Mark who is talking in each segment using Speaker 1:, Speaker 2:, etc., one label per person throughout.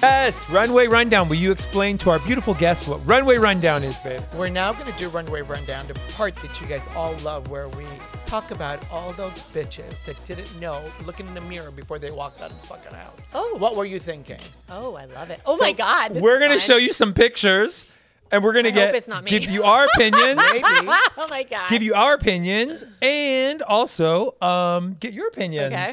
Speaker 1: Yes, Runway Rundown. Will you explain to our beautiful guests what Runway Rundown is, babe?
Speaker 2: Oh
Speaker 3: We're now going to do Runway Rundown, the part that you guys all love, where we talk about all those bitches that didn't know looking in the mirror before they walked out of the fucking house.
Speaker 2: Oh.
Speaker 3: What were you thinking?
Speaker 2: Oh, I love it. Oh my God.
Speaker 1: We're going to show
Speaker 2: you.
Speaker 1: you some pictures and we're going to
Speaker 2: I hope
Speaker 1: get
Speaker 2: it's not me.
Speaker 1: give you our opinions,
Speaker 2: oh my God.
Speaker 1: give you our opinions and also um, get your opinions.
Speaker 2: Okay.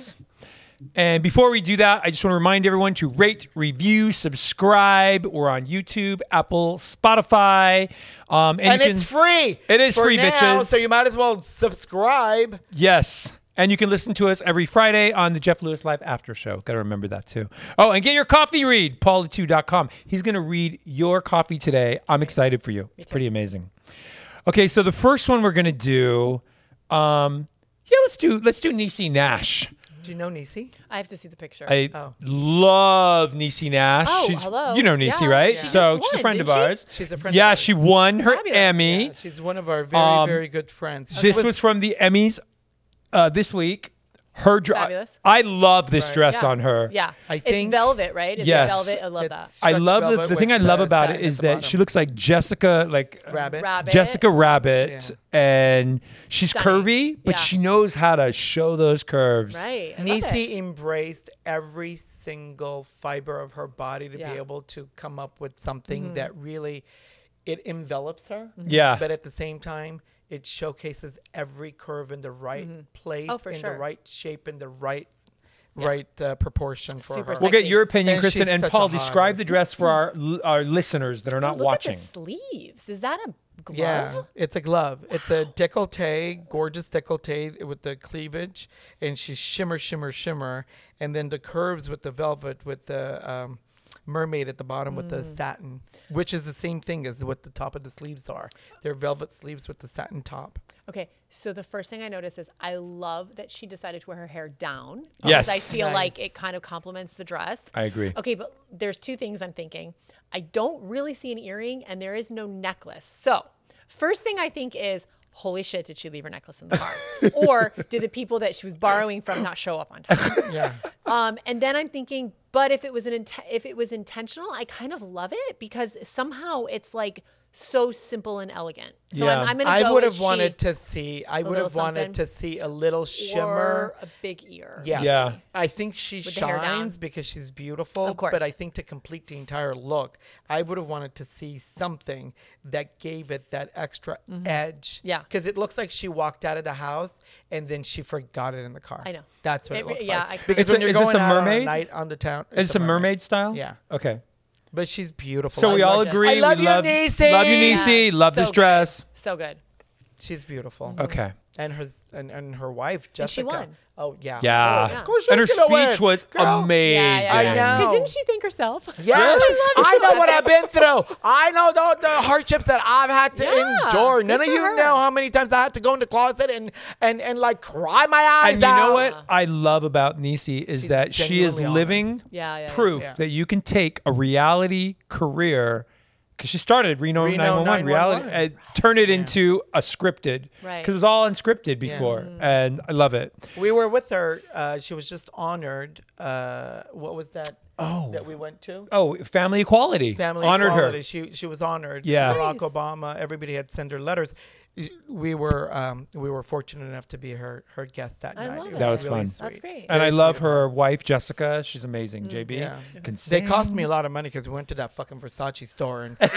Speaker 1: And before we do that, I just want to remind everyone to rate, review, subscribe. We're on YouTube, Apple, Spotify. Um, and
Speaker 3: And
Speaker 1: you can,
Speaker 3: it's free.
Speaker 1: It is
Speaker 3: for
Speaker 1: free,
Speaker 3: now,
Speaker 1: bitches.
Speaker 3: So you might as well subscribe.
Speaker 1: Yes. And you can listen to us every Friday on the Jeff Lewis Live After Show. Got to remember that too. Oh, and get your coffee read, paulie2.com. He's going to read your coffee today. I'm excited for you. It's pretty amazing. Okay, so the first one we're going to do um yeah, let's do let's do Nisi Nash.
Speaker 3: Do you know Nisi?
Speaker 2: I have to see the picture.
Speaker 1: I
Speaker 3: Oh.
Speaker 1: love Nisi Nash.
Speaker 2: Oh,
Speaker 1: she's,
Speaker 2: hello.
Speaker 1: You know Nisi,
Speaker 2: Yeah.
Speaker 1: right?
Speaker 2: She just
Speaker 1: So she's a
Speaker 2: won,
Speaker 1: friend of
Speaker 2: didn't she?
Speaker 1: ours.
Speaker 3: She's a friend of
Speaker 1: Yeah,
Speaker 3: ours.
Speaker 1: she won her
Speaker 2: Fabulous,
Speaker 1: Emmy.
Speaker 2: yeah.
Speaker 3: Uh, She's one of our very,
Speaker 1: Um,
Speaker 3: very good friends.
Speaker 1: This
Speaker 3: It
Speaker 1: was, from the Emmys uh, this week. Her dress.
Speaker 2: Fabulous.
Speaker 1: I love this dress
Speaker 2: Yeah.
Speaker 1: on her.
Speaker 2: Yeah.
Speaker 3: I
Speaker 2: it's
Speaker 3: think-
Speaker 2: velvet, right? It's
Speaker 1: Yes.
Speaker 2: velvet. I love that.
Speaker 3: It's
Speaker 1: I
Speaker 3: stretch
Speaker 1: love the,
Speaker 3: velvet
Speaker 1: the thing I
Speaker 3: with
Speaker 1: love
Speaker 3: the
Speaker 1: about it
Speaker 3: satin at
Speaker 1: is
Speaker 3: the
Speaker 1: that
Speaker 3: bottom.
Speaker 1: she looks like Jessica, like
Speaker 3: Rabbit.
Speaker 2: Rabbit.
Speaker 1: Jessica Rabbit,
Speaker 3: Yeah.
Speaker 1: and she's
Speaker 2: Stunning.
Speaker 1: curvy, but
Speaker 2: Yeah.
Speaker 1: she knows how to show those curves.
Speaker 2: Right. I love it.
Speaker 3: Nisi embraced every single fiber of her body to
Speaker 2: Yeah.
Speaker 3: be able to come up with something that really it envelops her.
Speaker 1: Yeah.
Speaker 3: But at the same time, it showcases every curve in the right place,
Speaker 2: Oh, for
Speaker 3: in
Speaker 2: sure.
Speaker 3: the right shape, in the right right uh, proportion for
Speaker 2: Super
Speaker 3: her.
Speaker 1: We'll get your opinion,
Speaker 3: And
Speaker 1: Kristen,
Speaker 3: she's
Speaker 1: and
Speaker 3: such a
Speaker 1: Paul.
Speaker 3: hot-
Speaker 1: Describe the dress for our our listeners that are not
Speaker 2: Oh, Look
Speaker 1: watching.
Speaker 2: at the sleeves. Is that a glove?
Speaker 3: Yeah, it's a glove. It's a décolleté, gorgeous décolleté with the cleavage, and she's shimmer, shimmer, shimmer, and then the curves with the velvet with the um, mermaid at the bottom with
Speaker 2: Mm.
Speaker 3: the satin, which is the same thing as what the top of the sleeves are. They're velvet sleeves with the satin top.
Speaker 2: Okay. So the first thing I notice is I love that she decided to wear her hair down.
Speaker 1: Yes.
Speaker 2: Because I feel like
Speaker 3: Nice.
Speaker 2: it kind of complements the dress.
Speaker 1: I agree.
Speaker 2: Okay, but there's two things I'm thinking. I don't really see an earring and there is no necklace. So, first thing I think is, holy shit, did she leave her necklace in the car? or did the people that she was borrowing from not show up on time?
Speaker 3: Yeah,
Speaker 2: Um, and then I'm thinking, but if it was an int- if it was intentional, I kind of love it because somehow it's like so simple and elegant. So
Speaker 1: Yeah.
Speaker 2: I'm, I'm gonna.
Speaker 3: I
Speaker 2: go
Speaker 3: would
Speaker 2: with
Speaker 3: have
Speaker 2: she
Speaker 3: wanted to see. I would
Speaker 2: little
Speaker 3: have wanted
Speaker 2: something.
Speaker 3: to see a little shimmer.
Speaker 2: or a big ear.
Speaker 3: Yes.
Speaker 1: Yeah.
Speaker 3: I think she
Speaker 2: the hair down.
Speaker 3: shines because she's beautiful.
Speaker 2: Of course.
Speaker 3: But I think to complete the entire look, I would have wanted to see something that gave it that extra edge.
Speaker 2: Mm-hmm. Yeah.
Speaker 3: Because it looks like she walked out of the house and then she forgot it in the car.
Speaker 2: I know.
Speaker 3: That's what
Speaker 2: It
Speaker 3: it,
Speaker 2: re-
Speaker 3: looks
Speaker 2: yeah,
Speaker 3: like.
Speaker 2: I kinda-
Speaker 3: because
Speaker 1: It's a-
Speaker 3: when you're
Speaker 1: is this
Speaker 3: going
Speaker 1: a
Speaker 3: out on
Speaker 1: mermaid?
Speaker 3: a night on the town.
Speaker 1: Is it a mermaid style?
Speaker 3: Yeah.
Speaker 1: Okay.
Speaker 2: Oh,
Speaker 3: But she's beautiful.
Speaker 1: So
Speaker 3: I
Speaker 1: we all
Speaker 3: love-
Speaker 2: gorgeous.
Speaker 1: agree.
Speaker 3: I love
Speaker 1: we
Speaker 3: you,
Speaker 1: love,
Speaker 3: Niecy.
Speaker 1: Love you,
Speaker 2: Yes.
Speaker 1: Niecy. Love
Speaker 2: So
Speaker 1: this
Speaker 2: good.
Speaker 1: dress.
Speaker 2: So good.
Speaker 3: She's beautiful.
Speaker 1: Okay.
Speaker 3: And her and, and her wife
Speaker 2: And
Speaker 3: Jessica.
Speaker 2: she won.
Speaker 3: Oh yeah.
Speaker 1: Yeah.
Speaker 3: Of course she
Speaker 1: and her
Speaker 3: was
Speaker 1: speech
Speaker 3: gonna win.
Speaker 1: was
Speaker 3: Girl.
Speaker 1: amazing.
Speaker 2: Yeah, yeah,
Speaker 3: I
Speaker 2: yeah. 'Cause
Speaker 3: know.
Speaker 2: didn't she thank herself?
Speaker 3: Yes,
Speaker 2: I love
Speaker 3: I,
Speaker 2: it.
Speaker 3: know what I've been through. I know the, the hardships that I've had to
Speaker 2: Yeah,
Speaker 3: endure.
Speaker 2: good
Speaker 3: None of
Speaker 2: for
Speaker 3: you
Speaker 2: her.
Speaker 3: know how many times I had to go in the closet and and and like cry my eyes
Speaker 1: And you
Speaker 3: out.
Speaker 1: know what I love about Nisi is
Speaker 3: She's
Speaker 1: that she is
Speaker 3: genuinely
Speaker 1: living
Speaker 3: honest.
Speaker 2: Yeah, yeah, yeah.
Speaker 1: proof
Speaker 3: Yeah.
Speaker 1: that you can take a reality career because she started Reno,
Speaker 3: Reno
Speaker 1: 911 reality
Speaker 3: 911.
Speaker 1: and turn it into a scripted
Speaker 2: Right.
Speaker 1: because it was all unscripted before
Speaker 3: Mm-hmm.
Speaker 1: and I love it.
Speaker 3: We were with her. Uh, she was just honored. Uh, what was that? Oh, that we went to.
Speaker 1: Oh, family equality
Speaker 3: Family
Speaker 1: honored
Speaker 3: equality.
Speaker 1: her.
Speaker 3: She she was honored.
Speaker 1: Yeah.
Speaker 3: Barack
Speaker 2: Nice.
Speaker 3: Obama. Everybody had sent her letters. We were um, we were fortunate enough to be her her guest that
Speaker 2: I
Speaker 3: night.
Speaker 2: love
Speaker 3: It
Speaker 2: it.
Speaker 1: That was
Speaker 3: really
Speaker 1: fun.
Speaker 3: sweet.
Speaker 2: That's great.
Speaker 1: And I
Speaker 3: Very
Speaker 1: love
Speaker 3: sweet.
Speaker 1: her wife Jessica. She's amazing. JB
Speaker 3: Mm, Yeah.
Speaker 1: can
Speaker 3: They
Speaker 1: sing.
Speaker 3: cost me a lot of money because we went to that fucking Versace store and to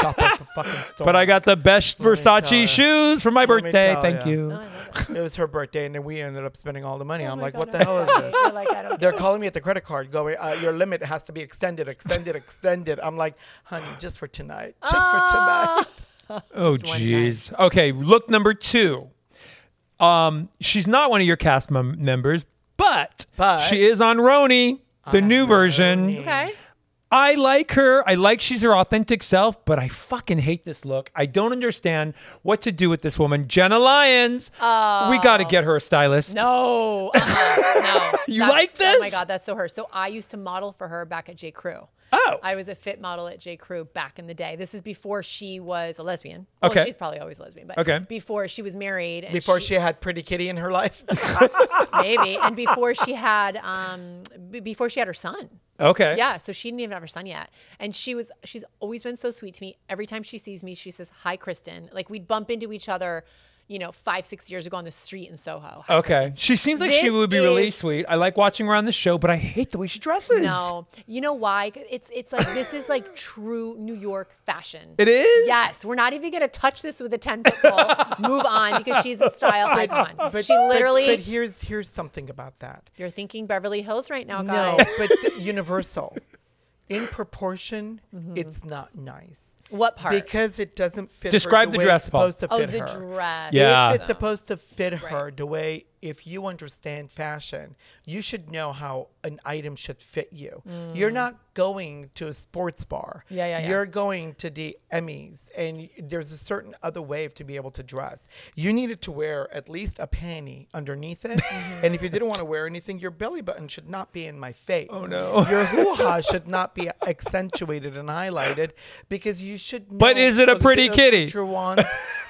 Speaker 3: shop at the fucking store.
Speaker 1: But I got the best
Speaker 3: Let me tell
Speaker 1: Versace
Speaker 3: ya.
Speaker 1: shoes for my
Speaker 3: Let me
Speaker 1: birthday.
Speaker 3: tell
Speaker 1: Thank
Speaker 3: ya.
Speaker 1: you.
Speaker 2: Oh, I love it.
Speaker 3: it was her birthday, and then we ended up spending all the money.
Speaker 2: Oh
Speaker 3: I'm
Speaker 2: my
Speaker 3: like,
Speaker 2: God,
Speaker 3: what the
Speaker 2: I'm
Speaker 3: hell is
Speaker 2: sorry.
Speaker 3: this?
Speaker 2: You're like, I don't
Speaker 3: They're calling me at the credit card, going, uh, your limit has to be extended, extended, extended. I'm like, honey, just for tonight, just for
Speaker 2: Ah.
Speaker 3: tonight.
Speaker 1: Oh
Speaker 2: Just one time.
Speaker 1: jeez. Okay, look number two. Um, she's not one of your cast mem- members, but,
Speaker 3: But-
Speaker 1: she is on Roni, the new version.
Speaker 2: Okay.
Speaker 1: I like her. I like she's her authentic self, but I fucking hate this look. I don't understand what to do with this woman, Jenna Lyons. we got to get her a stylist.
Speaker 2: Oh. No. Uh-uh. No.
Speaker 1: You
Speaker 2: That's-
Speaker 1: like
Speaker 2: Oh my
Speaker 1: this?
Speaker 2: God, that's so her. So I used to model for her back at J. Crew.
Speaker 1: Oh.
Speaker 2: I was a fit model at J. Crew back in the day. This is before she was a lesbian. Well,
Speaker 1: Okay.
Speaker 2: she's probably always a lesbian, but
Speaker 1: Okay.
Speaker 2: before she was married. And
Speaker 3: Before she had Pretty Kitty in her life.
Speaker 2: maybe, and before she had um, b- before she had her son.
Speaker 1: Okay.
Speaker 2: Yeah, so she didn't even have her son yet, and she was she's always been so sweet to me. Every time she sees me, she says hi, Kristen. Like we'd bump into each other, you know, five six years ago on the street in Soho.
Speaker 3: Oh.
Speaker 2: Hi,
Speaker 1: Okay. She seems like she
Speaker 2: This
Speaker 1: would be really
Speaker 2: is-
Speaker 1: sweet. I like watching her on the show, but I hate the way she dresses.
Speaker 2: No, you know why? 'Cause It's it's like this is like true New York fashion.
Speaker 3: It is?
Speaker 2: Yes, we're not even gonna touch this with a ten foot pole. Move on because she's a style icon. But she literally.
Speaker 3: But, but here's here's something about that.
Speaker 2: you're thinking Beverly Hills right now,
Speaker 3: No,
Speaker 2: guys.
Speaker 3: but th- universal. In proportion,
Speaker 2: Mm-hmm.
Speaker 3: it's not nice
Speaker 2: What part?
Speaker 3: because it doesn't fit. her
Speaker 1: Describe the
Speaker 3: way it's
Speaker 1: dress, Paul.
Speaker 3: supposed to
Speaker 2: oh,
Speaker 3: fit
Speaker 2: the
Speaker 3: her.
Speaker 2: dress.
Speaker 1: Yeah.
Speaker 3: If it's supposed to fit her
Speaker 2: Right.
Speaker 3: the way, if you understand fashion, you should know how an item should fit you. You're not going to a sports bar.
Speaker 2: Mm. Yeah, yeah, yeah.
Speaker 3: You're going to the Emmys, and there's a certain other way to be able to dress. You needed to wear at least a panty underneath it.
Speaker 2: Mm-hmm.
Speaker 3: And if you didn't want to wear anything, your belly button should not be in my face. Oh,
Speaker 1: no.
Speaker 3: Your hoo ha should not be accentuated and highlighted because you should know.
Speaker 1: But is it a
Speaker 3: what
Speaker 1: pretty
Speaker 3: the
Speaker 1: kitty?
Speaker 3: future wants.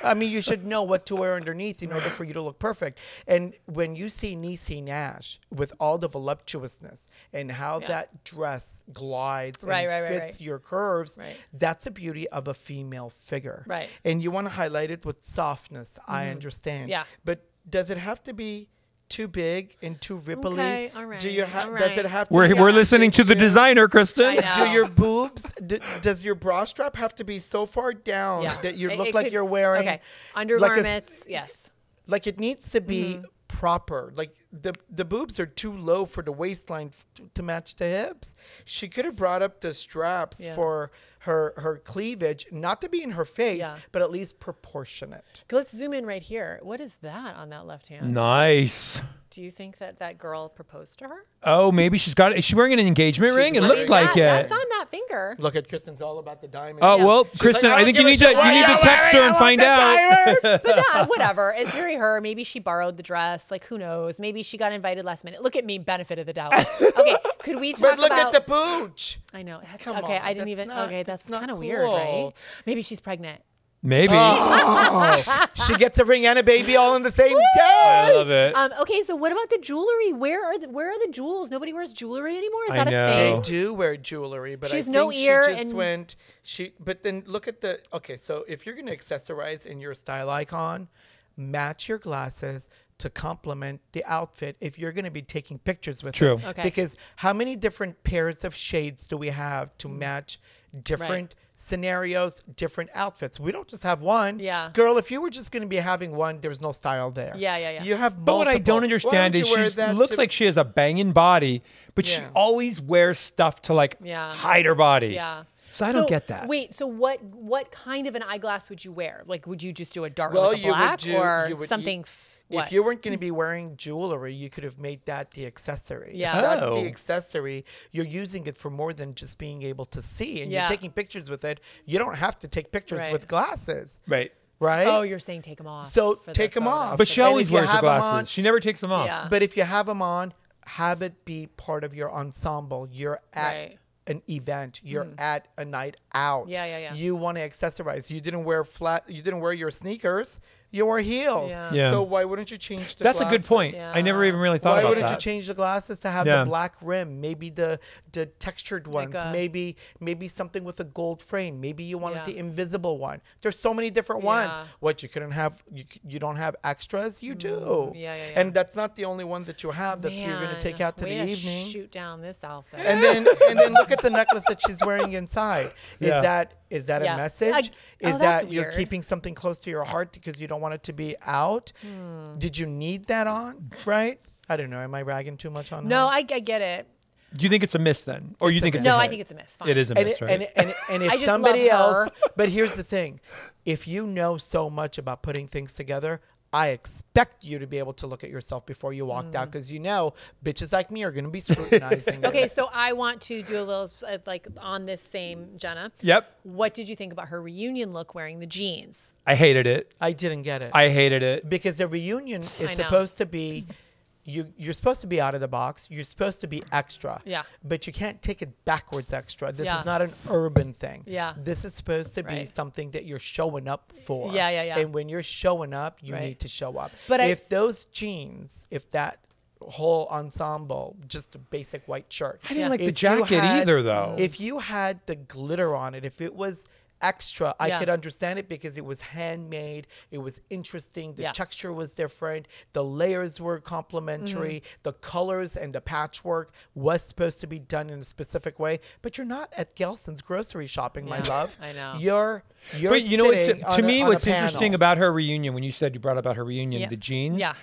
Speaker 3: I mean, you should know what to wear underneath in order for you to look perfect. And when you see Niecy Nash with all the voluptuousness and how
Speaker 2: Yeah.
Speaker 3: that dress glides
Speaker 2: Right,
Speaker 3: and
Speaker 2: right, right,
Speaker 3: fits
Speaker 2: right.
Speaker 3: your curves,
Speaker 2: Right.
Speaker 3: that's the beauty of a female figure.
Speaker 2: Right. Mm-hmm.
Speaker 3: And you want to highlight it with softness. I understand.
Speaker 2: Yeah.
Speaker 3: But does it have to be too big and too ripply?
Speaker 2: Okay, all
Speaker 3: Do you
Speaker 2: right,
Speaker 3: ha-
Speaker 2: all
Speaker 3: Does
Speaker 2: right.
Speaker 3: it have to
Speaker 1: We're,
Speaker 3: be
Speaker 1: we're
Speaker 2: Yeah.
Speaker 1: listening to the designer, Kristen.
Speaker 2: I know.
Speaker 3: do your boobs? D- does your bra strap have to be so far down
Speaker 2: Yeah.
Speaker 3: that you
Speaker 2: It-
Speaker 3: look
Speaker 2: it
Speaker 3: like
Speaker 2: could-
Speaker 3: you're wearing
Speaker 2: okay
Speaker 3: like a s-
Speaker 2: undergarments. yes.
Speaker 3: like it needs to be
Speaker 2: Mm-hmm.
Speaker 3: proper. Like the the boobs are too low for the waistline f- t- to match the hips. She could have brought up the straps
Speaker 2: Yeah.
Speaker 3: for her her cleavage, not to be in her face,
Speaker 2: Yeah.
Speaker 3: but at least proportionate.
Speaker 2: Let's zoom in right here. What is that on that left hand?
Speaker 1: Nice.
Speaker 2: Do you think that that girl proposed to her?
Speaker 1: Oh, maybe she's got. Is she wearing an engagement ring? It
Speaker 2: I
Speaker 1: looks
Speaker 2: mean,
Speaker 1: like
Speaker 2: that-
Speaker 1: it.
Speaker 2: That's on that finger.
Speaker 3: Look at Kristen's all about the diamond.
Speaker 1: Oh
Speaker 2: Yeah.
Speaker 1: well,
Speaker 2: She's
Speaker 1: Kristen,
Speaker 3: like,
Speaker 1: I
Speaker 3: "I
Speaker 1: think you
Speaker 3: don't
Speaker 1: need
Speaker 3: give
Speaker 1: to
Speaker 3: a shit
Speaker 1: you need
Speaker 3: what
Speaker 1: to
Speaker 3: you're
Speaker 1: text her
Speaker 3: wearing,
Speaker 1: and
Speaker 3: I
Speaker 1: find out.
Speaker 2: but yeah, whatever. It's very her. Maybe she borrowed the dress. Like, who knows? Maybe she got invited last minute. Look at me, benefit of the doubt. Okay, could we talk
Speaker 3: but look
Speaker 2: about?
Speaker 3: at the pooch.
Speaker 2: I know. That's,
Speaker 3: Come
Speaker 2: okay,
Speaker 3: on,
Speaker 2: I didn't
Speaker 3: that's
Speaker 2: even.
Speaker 3: not-
Speaker 2: okay,
Speaker 3: that's
Speaker 2: that's,
Speaker 3: not
Speaker 2: kind of weird, right?
Speaker 3: cool.
Speaker 2: Maybe she's pregnant.
Speaker 1: Maybe.
Speaker 3: she gets a ring and a baby all in the same
Speaker 1: I
Speaker 3: day.
Speaker 1: love it.
Speaker 2: Um, okay, so what about the jewelry? Where are the Where are the jewels? Nobody wears jewelry anymore. Is
Speaker 1: I
Speaker 2: that
Speaker 1: know.
Speaker 2: a
Speaker 3: They
Speaker 2: thing?
Speaker 1: Oh.
Speaker 3: do wear jewelry, but
Speaker 2: She
Speaker 3: I
Speaker 2: has
Speaker 3: think
Speaker 2: no ear
Speaker 3: she just
Speaker 2: and-
Speaker 3: went. She, but then look at the. Okay, so if you're gonna accessorize in your style icon, match your glasses to complement the outfit. If you're gonna be taking pictures with
Speaker 1: True.
Speaker 3: it.
Speaker 2: Okay.
Speaker 3: because how many different pairs of shades do we have to
Speaker 2: Mm.
Speaker 3: match different? Scenarios, different outfits. We don't just have one.
Speaker 2: Yeah.
Speaker 3: Girl, if you were just going to be having one, there's no style there.
Speaker 2: Yeah, yeah, yeah.
Speaker 3: You have multiple.
Speaker 1: But what I don't
Speaker 3: Why
Speaker 1: understand
Speaker 3: would
Speaker 1: is
Speaker 3: you wear
Speaker 1: she
Speaker 3: that
Speaker 1: looks
Speaker 3: to-
Speaker 1: like she has a banging body, but she
Speaker 3: Yeah.
Speaker 1: always wears stuff to like
Speaker 2: Yeah.
Speaker 1: hide her body.
Speaker 2: Yeah.
Speaker 1: So I don't get that.
Speaker 2: Wait, so what what kind of an eyeglass would you wear? Like, would you just do a dark,
Speaker 3: Well,
Speaker 2: like a
Speaker 3: you would
Speaker 2: black,
Speaker 3: do-
Speaker 2: or
Speaker 3: you would- you-
Speaker 2: something? f- what?
Speaker 3: If you weren't going to be wearing jewelry, you could have made that the accessory. If
Speaker 2: Yeah.
Speaker 3: that's
Speaker 1: Oh.
Speaker 3: the accessory. You're using it for more than just being able to see, and
Speaker 2: Yeah.
Speaker 3: you're taking pictures with it. You don't have to take pictures
Speaker 2: Right.
Speaker 3: with glasses,
Speaker 1: Right.
Speaker 3: right?
Speaker 2: oh, you're saying take them off.
Speaker 3: So
Speaker 2: for the
Speaker 3: take 'em
Speaker 2: photo.
Speaker 3: off.
Speaker 1: But she
Speaker 3: And if
Speaker 1: always
Speaker 3: you
Speaker 1: wears the
Speaker 3: have 'em
Speaker 1: glasses.
Speaker 3: on-
Speaker 1: she never takes them off.
Speaker 2: Yeah.
Speaker 3: But if you have them on, have it be part of your ensemble. You're at
Speaker 2: Right. Mm-hmm.
Speaker 3: an event. You're at a night out.
Speaker 2: Yeah, yeah, yeah.
Speaker 3: You want to accessorize. You didn't wear flat. You didn't wear your sneakers. You wore heels.
Speaker 2: Yeah.
Speaker 1: Yeah.
Speaker 3: So why wouldn't you change the?
Speaker 1: That's a good
Speaker 3: glasses?
Speaker 1: point. I never even really thought
Speaker 3: Why
Speaker 1: about
Speaker 3: wouldn't
Speaker 1: that.
Speaker 3: you change the glasses to have
Speaker 1: Yeah.
Speaker 3: the black rim? Maybe the the textured ones.
Speaker 2: a-
Speaker 3: maybe maybe something with a gold frame. Maybe you wanted
Speaker 2: Yeah.
Speaker 3: the invisible one. There's so many different
Speaker 2: Yeah.
Speaker 3: ones. What you couldn't have, you, c- you don't have extras. You do.
Speaker 2: Mm, yeah, yeah,
Speaker 3: And that's not the only one that you have. That's you're gonna take
Speaker 2: Man,
Speaker 3: out to
Speaker 2: way
Speaker 3: the evening.
Speaker 2: Shoot down this outfit.
Speaker 3: And then and then look at the necklace that she's wearing inside. Is
Speaker 1: Yeah.
Speaker 3: that is that
Speaker 2: Yeah.
Speaker 3: a message?
Speaker 2: I-
Speaker 3: is
Speaker 2: oh, that's
Speaker 3: that you're
Speaker 2: weird.
Speaker 3: keeping something close to your heart because you don't want it to be out?
Speaker 2: Hmm.
Speaker 3: Did you need that on? Right? I don't know. Am I ragging too much on
Speaker 2: no,
Speaker 3: her?
Speaker 2: I, I get it.
Speaker 1: Do you think it's a miss then, or you think it's a
Speaker 2: No, I
Speaker 1: hit?
Speaker 2: think it's a miss. Fine.
Speaker 1: It is a
Speaker 3: And,
Speaker 1: miss,
Speaker 3: it-
Speaker 1: right?
Speaker 3: and, it- and, it- and
Speaker 2: just
Speaker 3: if
Speaker 2: love
Speaker 3: somebody else,
Speaker 2: her.
Speaker 3: but here's the thing if you know so much about putting things together, I expect you to be able to look at yourself before you walked out because you know bitches like me are going to be scrutinizing.
Speaker 2: Hmm. Okay,
Speaker 3: it.
Speaker 2: so I want to do a little uh, like on this same Jenna.
Speaker 1: yep,
Speaker 2: What did you think about her reunion look wearing the jeans?
Speaker 1: I hated it.
Speaker 3: I didn't get it.
Speaker 1: I hated it.
Speaker 3: because the reunion is
Speaker 2: know.
Speaker 3: supposed to be you you're supposed to be out of the box you're supposed to be extra
Speaker 2: Yeah.
Speaker 3: but you can't take it backwards extra this
Speaker 2: Yeah.
Speaker 3: is not an urban thing
Speaker 2: Yeah.
Speaker 3: this is supposed to be
Speaker 2: Right.
Speaker 3: something that you're showing up for
Speaker 2: Yeah, yeah, yeah.
Speaker 3: and when you're showing up you
Speaker 2: Right.
Speaker 3: need to show up
Speaker 2: But I-
Speaker 3: if those jeans if that whole ensemble, just a basic white shirt.
Speaker 1: I didn't like the
Speaker 3: If you
Speaker 1: jacket
Speaker 3: had-
Speaker 1: either, though.
Speaker 3: If you had the glitter on it, if it was extra, I
Speaker 2: Yeah.
Speaker 3: could understand it because it was handmade, it was interesting, the
Speaker 2: Yeah.
Speaker 3: texture was different, the layers were complementary,
Speaker 2: Mm-hmm.
Speaker 3: the colors and the patchwork was supposed to be done in a specific way. But you're not at Gelson's grocery shopping, my
Speaker 2: Yeah,
Speaker 3: love.
Speaker 2: I know.
Speaker 3: You're you're
Speaker 1: But you know, what's,
Speaker 3: sitting
Speaker 1: to
Speaker 3: on a-
Speaker 1: me,
Speaker 3: on a
Speaker 1: what's interesting
Speaker 3: panel.
Speaker 1: about her reunion when you said you brought up about her reunion,
Speaker 2: Yeah.
Speaker 1: the jeans.
Speaker 2: Yeah.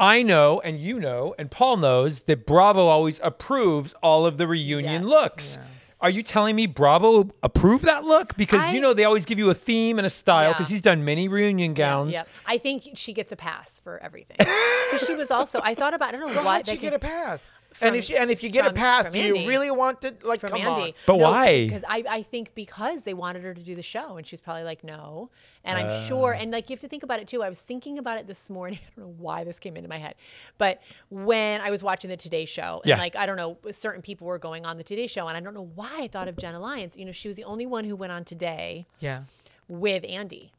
Speaker 1: I know, and you know, and Paul knows that Bravo always approves all of the reunion
Speaker 2: Yes.
Speaker 1: looks. Are you telling me Bravo approved that look? Because
Speaker 2: I-
Speaker 1: you know they always give you a theme and a style.
Speaker 2: Yeah.
Speaker 1: Because he's done many reunion gowns.
Speaker 2: Yep. I think she gets a pass for everything. Because she was also, I thought about, I don't know
Speaker 3: Well,
Speaker 2: why.
Speaker 3: how'd
Speaker 2: they
Speaker 3: you get
Speaker 2: could-
Speaker 3: a pass?
Speaker 2: From-
Speaker 3: and if you, and if you get
Speaker 2: from-
Speaker 3: a pass,
Speaker 2: from
Speaker 3: do you
Speaker 2: Andy.
Speaker 3: really want to like
Speaker 2: from
Speaker 3: come on?
Speaker 2: Andy.
Speaker 1: But why?
Speaker 2: Because I, I think because they wanted her to do the show, and she was probably like, no. And I'm sure,
Speaker 1: Ah.
Speaker 2: and like you have to think about it too. I was thinking about it this morning. I don't know why this came into my head, but when I was watching the Today Show, and
Speaker 1: Yeah.
Speaker 2: like I don't know, certain people were going on the Today Show, and I don't know why I thought of Jenna Lyons. You know, she was the only one who went on today
Speaker 3: Yeah.
Speaker 2: with Andy.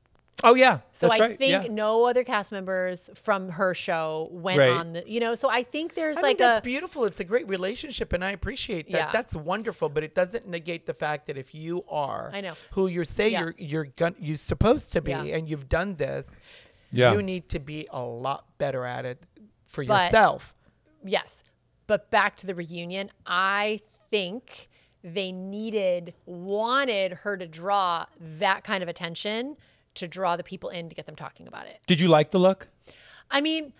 Speaker 1: Oh yeah.
Speaker 2: So
Speaker 1: That's
Speaker 2: I
Speaker 1: right.
Speaker 2: think
Speaker 1: Yeah.
Speaker 2: no other cast members from her show went
Speaker 1: Right.
Speaker 2: on the, you know. So I think there's
Speaker 3: I
Speaker 2: like
Speaker 3: mean,
Speaker 2: a
Speaker 3: that's beautiful. It's a great relationship, and I appreciate that.
Speaker 2: Yeah.
Speaker 3: That's wonderful, but it doesn't negate the fact that if you are,
Speaker 2: I know.
Speaker 3: who you say
Speaker 2: Yeah.
Speaker 3: you're you're gon- you're supposed to be,
Speaker 2: Yeah.
Speaker 3: and you've done this,
Speaker 1: Yeah.
Speaker 3: you need to be a lot better at it for
Speaker 2: But-
Speaker 3: yourself.
Speaker 2: Yes. But back to the reunion, I think they needed, wanted her to draw that kind of attention to draw the people in to get them talking about it.
Speaker 1: Did you like the look?
Speaker 2: I mean,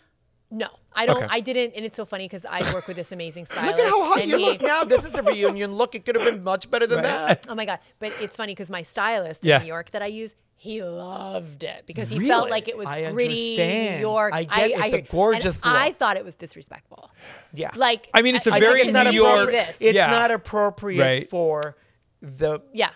Speaker 2: no, I don't.
Speaker 1: Okay.
Speaker 2: I didn't, and it's so funny because I work with this amazing stylist.
Speaker 3: Look at how hot
Speaker 2: and
Speaker 3: you
Speaker 2: he-
Speaker 3: look now. This is a reunion look. It could have been much better than that.
Speaker 2: Oh my god! But it's funny because my stylist
Speaker 1: Yeah.
Speaker 2: in New York that I use, he loved it because he felt
Speaker 1: Really?
Speaker 2: like it was
Speaker 3: I
Speaker 2: gritty New
Speaker 3: understand.
Speaker 2: York.
Speaker 3: I get it's a
Speaker 2: hear- and
Speaker 3: gorgeous
Speaker 2: I
Speaker 3: look.
Speaker 2: thought it was disrespectable.
Speaker 3: Yeah.
Speaker 2: Like
Speaker 1: I mean, it's a
Speaker 2: a
Speaker 1: very
Speaker 3: it's not
Speaker 1: New
Speaker 3: appropriate.
Speaker 1: York-
Speaker 2: This.
Speaker 3: It's
Speaker 1: Yeah.
Speaker 3: not appropriate
Speaker 1: Right.
Speaker 3: for the
Speaker 2: yeah.